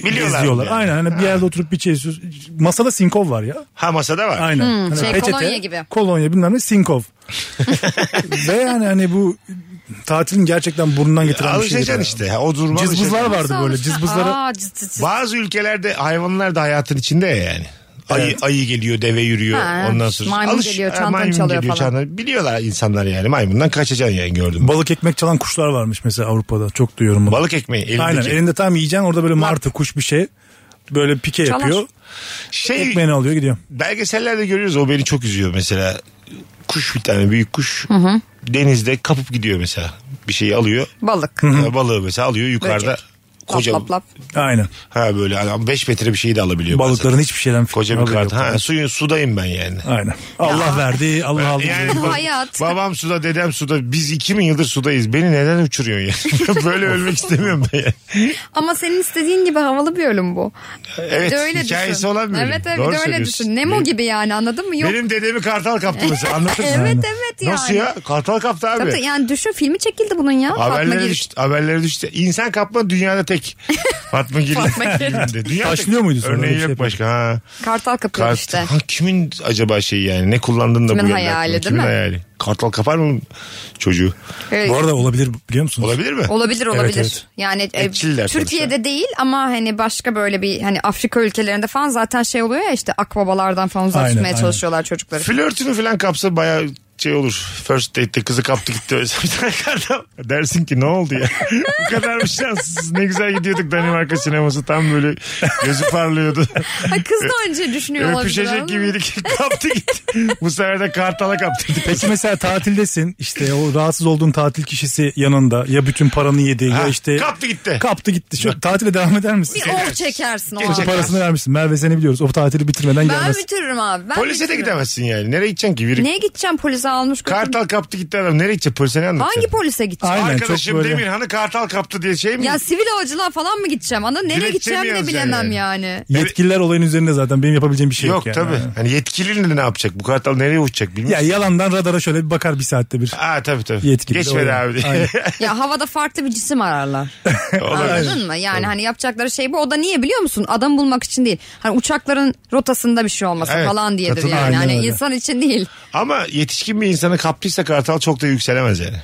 C: Biliyorlar
E: Biliyorlar
C: yani.
E: Aynen hani bir yerde oturup bir şey içiyorsun. Masada sinkov var ya.
C: Ha masada var.
E: Aynen. Hani
D: şey, kolonya gibi.
E: Kolonya bilmem ne sinkov.
D: <laughs>
E: Ve yani hani bu tatilin gerçekten burnundan getiren bir şey şeydir.
C: Alışacaksın
E: yani.
C: işte. Ha, O duruma
E: Cızbızlar
C: alışacaksın.
E: vardı böyle
D: Sonuçta-
E: cızbızlara.
D: Aa, cız cız cız.
C: Bazı ülkelerde hayvanlar da hayatın içinde ya yani. Ayı, ayı geliyor, deve yürüyor.
D: Ha,
C: ondan sonra
D: maymun geliyor, çantanı çalıyor falan.
C: çantanı- Biliyorlar insanlar yani maymundan kaçacaksın yani gördüm.
E: Balık ekmek çalan kuşlar varmış mesela Avrupa'da. Çok duyuyorum bunu.
C: Balık ekmeği elindeki.
E: Aynen elinde tam yiyeceksin orada böyle martı kuş bir şey. Böyle pike
D: Çalar.
E: yapıyor.
C: şey
E: Ekmeğini alıyor gidiyor.
C: belgesellerde görüyoruz o beni çok üzüyor mesela. Kuş bir tane büyük kuş denizde kapıp gidiyor mesela. Bir şeyi alıyor.
D: Balık.
C: Ya Balığı mesela alıyor yukarıda.
D: Böcek.
C: Koca
D: Lap lap lap.
E: Aynen.
C: ha böyle 5 metre bir şeyi de alabiliyor. bazen.
E: Balıkların hiçbir şeyden fikri
C: koca bir
E: haberi
C: kart.
E: yok.
C: Ha suyun sudayım ben yani.
E: Aynen. Allah verdi, Allah aldı.
C: Yani bak-
D: Hayat.
C: Babam suda, dedem suda. Biz iki bin yıldır sudayız. Beni neden uçuruyorsun yani? <laughs> Böyle ölmek istemiyorum ben yani.
D: Ama senin istediğin gibi havalı bir ölüm bu.
C: Evet,
D: öyle
C: hikayesi
D: düşün.
C: olan bir ölüm.
D: Evet evet
C: Doğru
D: öyle
C: söylüyorsun.
D: düşün. Nemo
C: Benim-
D: gibi yani anladın mı? Yok.
C: Benim dedemi kartal kaptı mesela. Anlatır mısın?
D: <laughs> evet evet yani.
C: Nasıl ya? Kartal kaptı abi.
D: Tabii tabii, yani düşün filmi çekildi bunun ya. Fatma
C: Haberlere
D: Gül.
C: düştü, haberlere düştü. İnsan kapma dünyada
D: <laughs>
C: tek. Fatma Gül.
D: Fatma
C: <laughs>
D: Gül.
C: Dünyada tek.
E: Taşlıyor muydu sonra? Öyle
C: Örneği
E: bir
C: yok
E: şey
C: başka. Ha.
D: Kartal kapıyor
C: Kart-
D: işte.
C: Ha, kimin acaba şeyi yani? Ne kullandın da
D: Kimin
C: bu geldi
D: hayali,
C: aklına?
D: değil
C: Kimin
D: mi?
C: hayali? Kartal kapar mı çocuğu?
D: Evet.
E: Bu arada olabilir biliyor musunuz?
C: Olabilir mi?
D: Ee, Olabilir
E: Evet,
D: olabilir.
E: evet.
D: Yani e,
C: Etçililer
D: Türkiye'de
C: sonuçta.
D: değil ama hani başka böyle bir hani Afrika ülkelerinde falan zaten şey oluyor ya işte akbabalardan falan uzak
E: Aynen,
D: tutmaya
E: aynen.
D: çalışıyorlar çocukları.
C: Flörtünü falan kapsa baya şey olur. First date'te kızı kaptı <laughs> gitti. öyle bir tane kartal. Dersin ki ne oldu <laughs> ya? Bu kadar bir şanssız. Ne güzel gidiyorduk Danimarka sineması. Tam böyle gözü <laughs> parlıyordu.
D: Ha, kız da önce düşünüyor olabilir.
C: Öpüşecek
D: anladın mı?
C: gibiydik. <laughs> Kaptı gitti. Bu sefer de kartala kaptırdı.
E: Peki mesela tatildesin işte o rahatsız olduğun tatil kişisi yanında ya bütün paranı yedi
C: Ha,
E: ya işte
C: kaptı gitti.
E: kaptı gitti. Şu tatile devam eder misin?
D: Bir oh çekersin o
E: Bütün
D: an.
E: parasını vermişsin. Merve seni biliyoruz. O tatili bitirmeden
D: Ben
E: gelmez.
D: bitiririm abi. Ben
C: Polise de
D: bitiririm.
C: gidemezsin yani. Nereye gideceksin ki? Yürü.
D: Neye gideceğim polise almış götürdüm.
C: Kartal kaptı gitti adam. Nereye gidecek? Polise ne anlatacaksın?
D: Hangi polise gideceğim?
E: Aynen,
C: Arkadaşım
E: çok böyle-
C: Demirhan'ı kartal kaptı diye şey mi?
D: Ya sivil havacılığa falan mı gideceğim? Ana nereye
C: Dilekçe
D: gideceğim
C: mi
D: de
C: yazacaksın
D: bilemem
C: yani?
D: yani.
E: Yetkililer olayın üzerinde zaten benim yapabileceğim bir şey yok,
C: Yok
E: yani.
C: tabii.
E: Aynen.
C: Hani yetkili ne yapacak? Bu kartal nereye uçacak
E: Ya
C: bilmiyorum.
E: yalandan radara şöyle bir bakar bir
C: <laughs>
E: saatte bir.
C: Aa tabii tabii.
E: Yetkili de
C: Geçmedi
E: oluyor.
C: abi diye. <laughs>
E: Aynen.
D: Ya havada farklı bir cisim ararlar.
C: Olabilir.
D: Anladın mı? Yani hani yapacakları şey bu. O da niye biliyor musun? Adam bulmak için değil. Hani uçakların rotasında bir şey olmasın
C: Evet,
D: falan diyedir
C: katılıyorum.
D: yani.
E: Aynen
D: Hani
E: öyle.
D: insan için değil.
C: Ama yetişkin bir insanı kaptıysa kartal çok da yükselemez yani.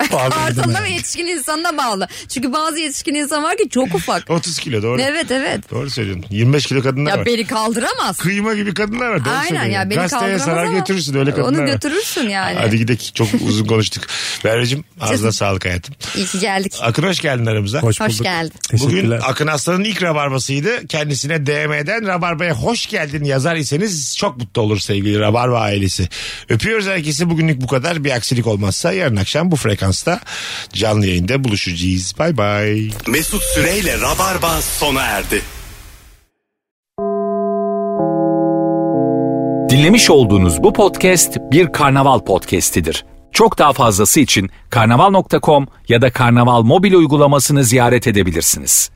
E: Abi dedim
D: Artanda
E: ya.
D: ve yetişkin insana bağlı. Çünkü bazı yetişkin insan var ki
C: <laughs>
D: çok ufak.
C: 30 kilo doğru.
D: evet evet.
C: Doğru söylüyorsun. 25 kilo kadınlar
D: Ya
C: var.
D: beni kaldıramaz.
C: Kıyma gibi kadınlar var. Doğru
D: Aynen
C: söylüyorsun.
D: ya beni
C: Gazeteye
D: kaldıramaz
C: sarar
D: ama
C: götürürsün öyle kadınlar
D: onu
C: var.
D: götürürsün yani.
C: Hadi gidelim. Çok uzun konuştuk. Merveciğim ağzına sağlık hayatım.
D: İyi ki geldik.
C: Akın hoş geldin aramıza.
E: Hoş
D: Hoş
E: bulduk.
D: geldin.
E: Teşekkürler.
C: Bugün Akın Aslan'ın ilk rabarbasıydı. Kendisine DM'den Rabarba'ya hoş geldin yazar iseniz çok mutlu olur sevgili Rabarba ailesi. Öpüyoruz herkesi. Bugünlük bu kadar. Bir aksilik olmazsa yarın akşam bu frekansta canlı yayında buluşacağız. Bay bay.
B: Mesut Süreyle Rabarba sona erdi.
A: Dinlemiş olduğunuz bu podcast bir karnaval podcastidir. Çok daha fazlası için karnaval.com ya da karnaval mobil uygulamasını ziyaret edebilirsiniz.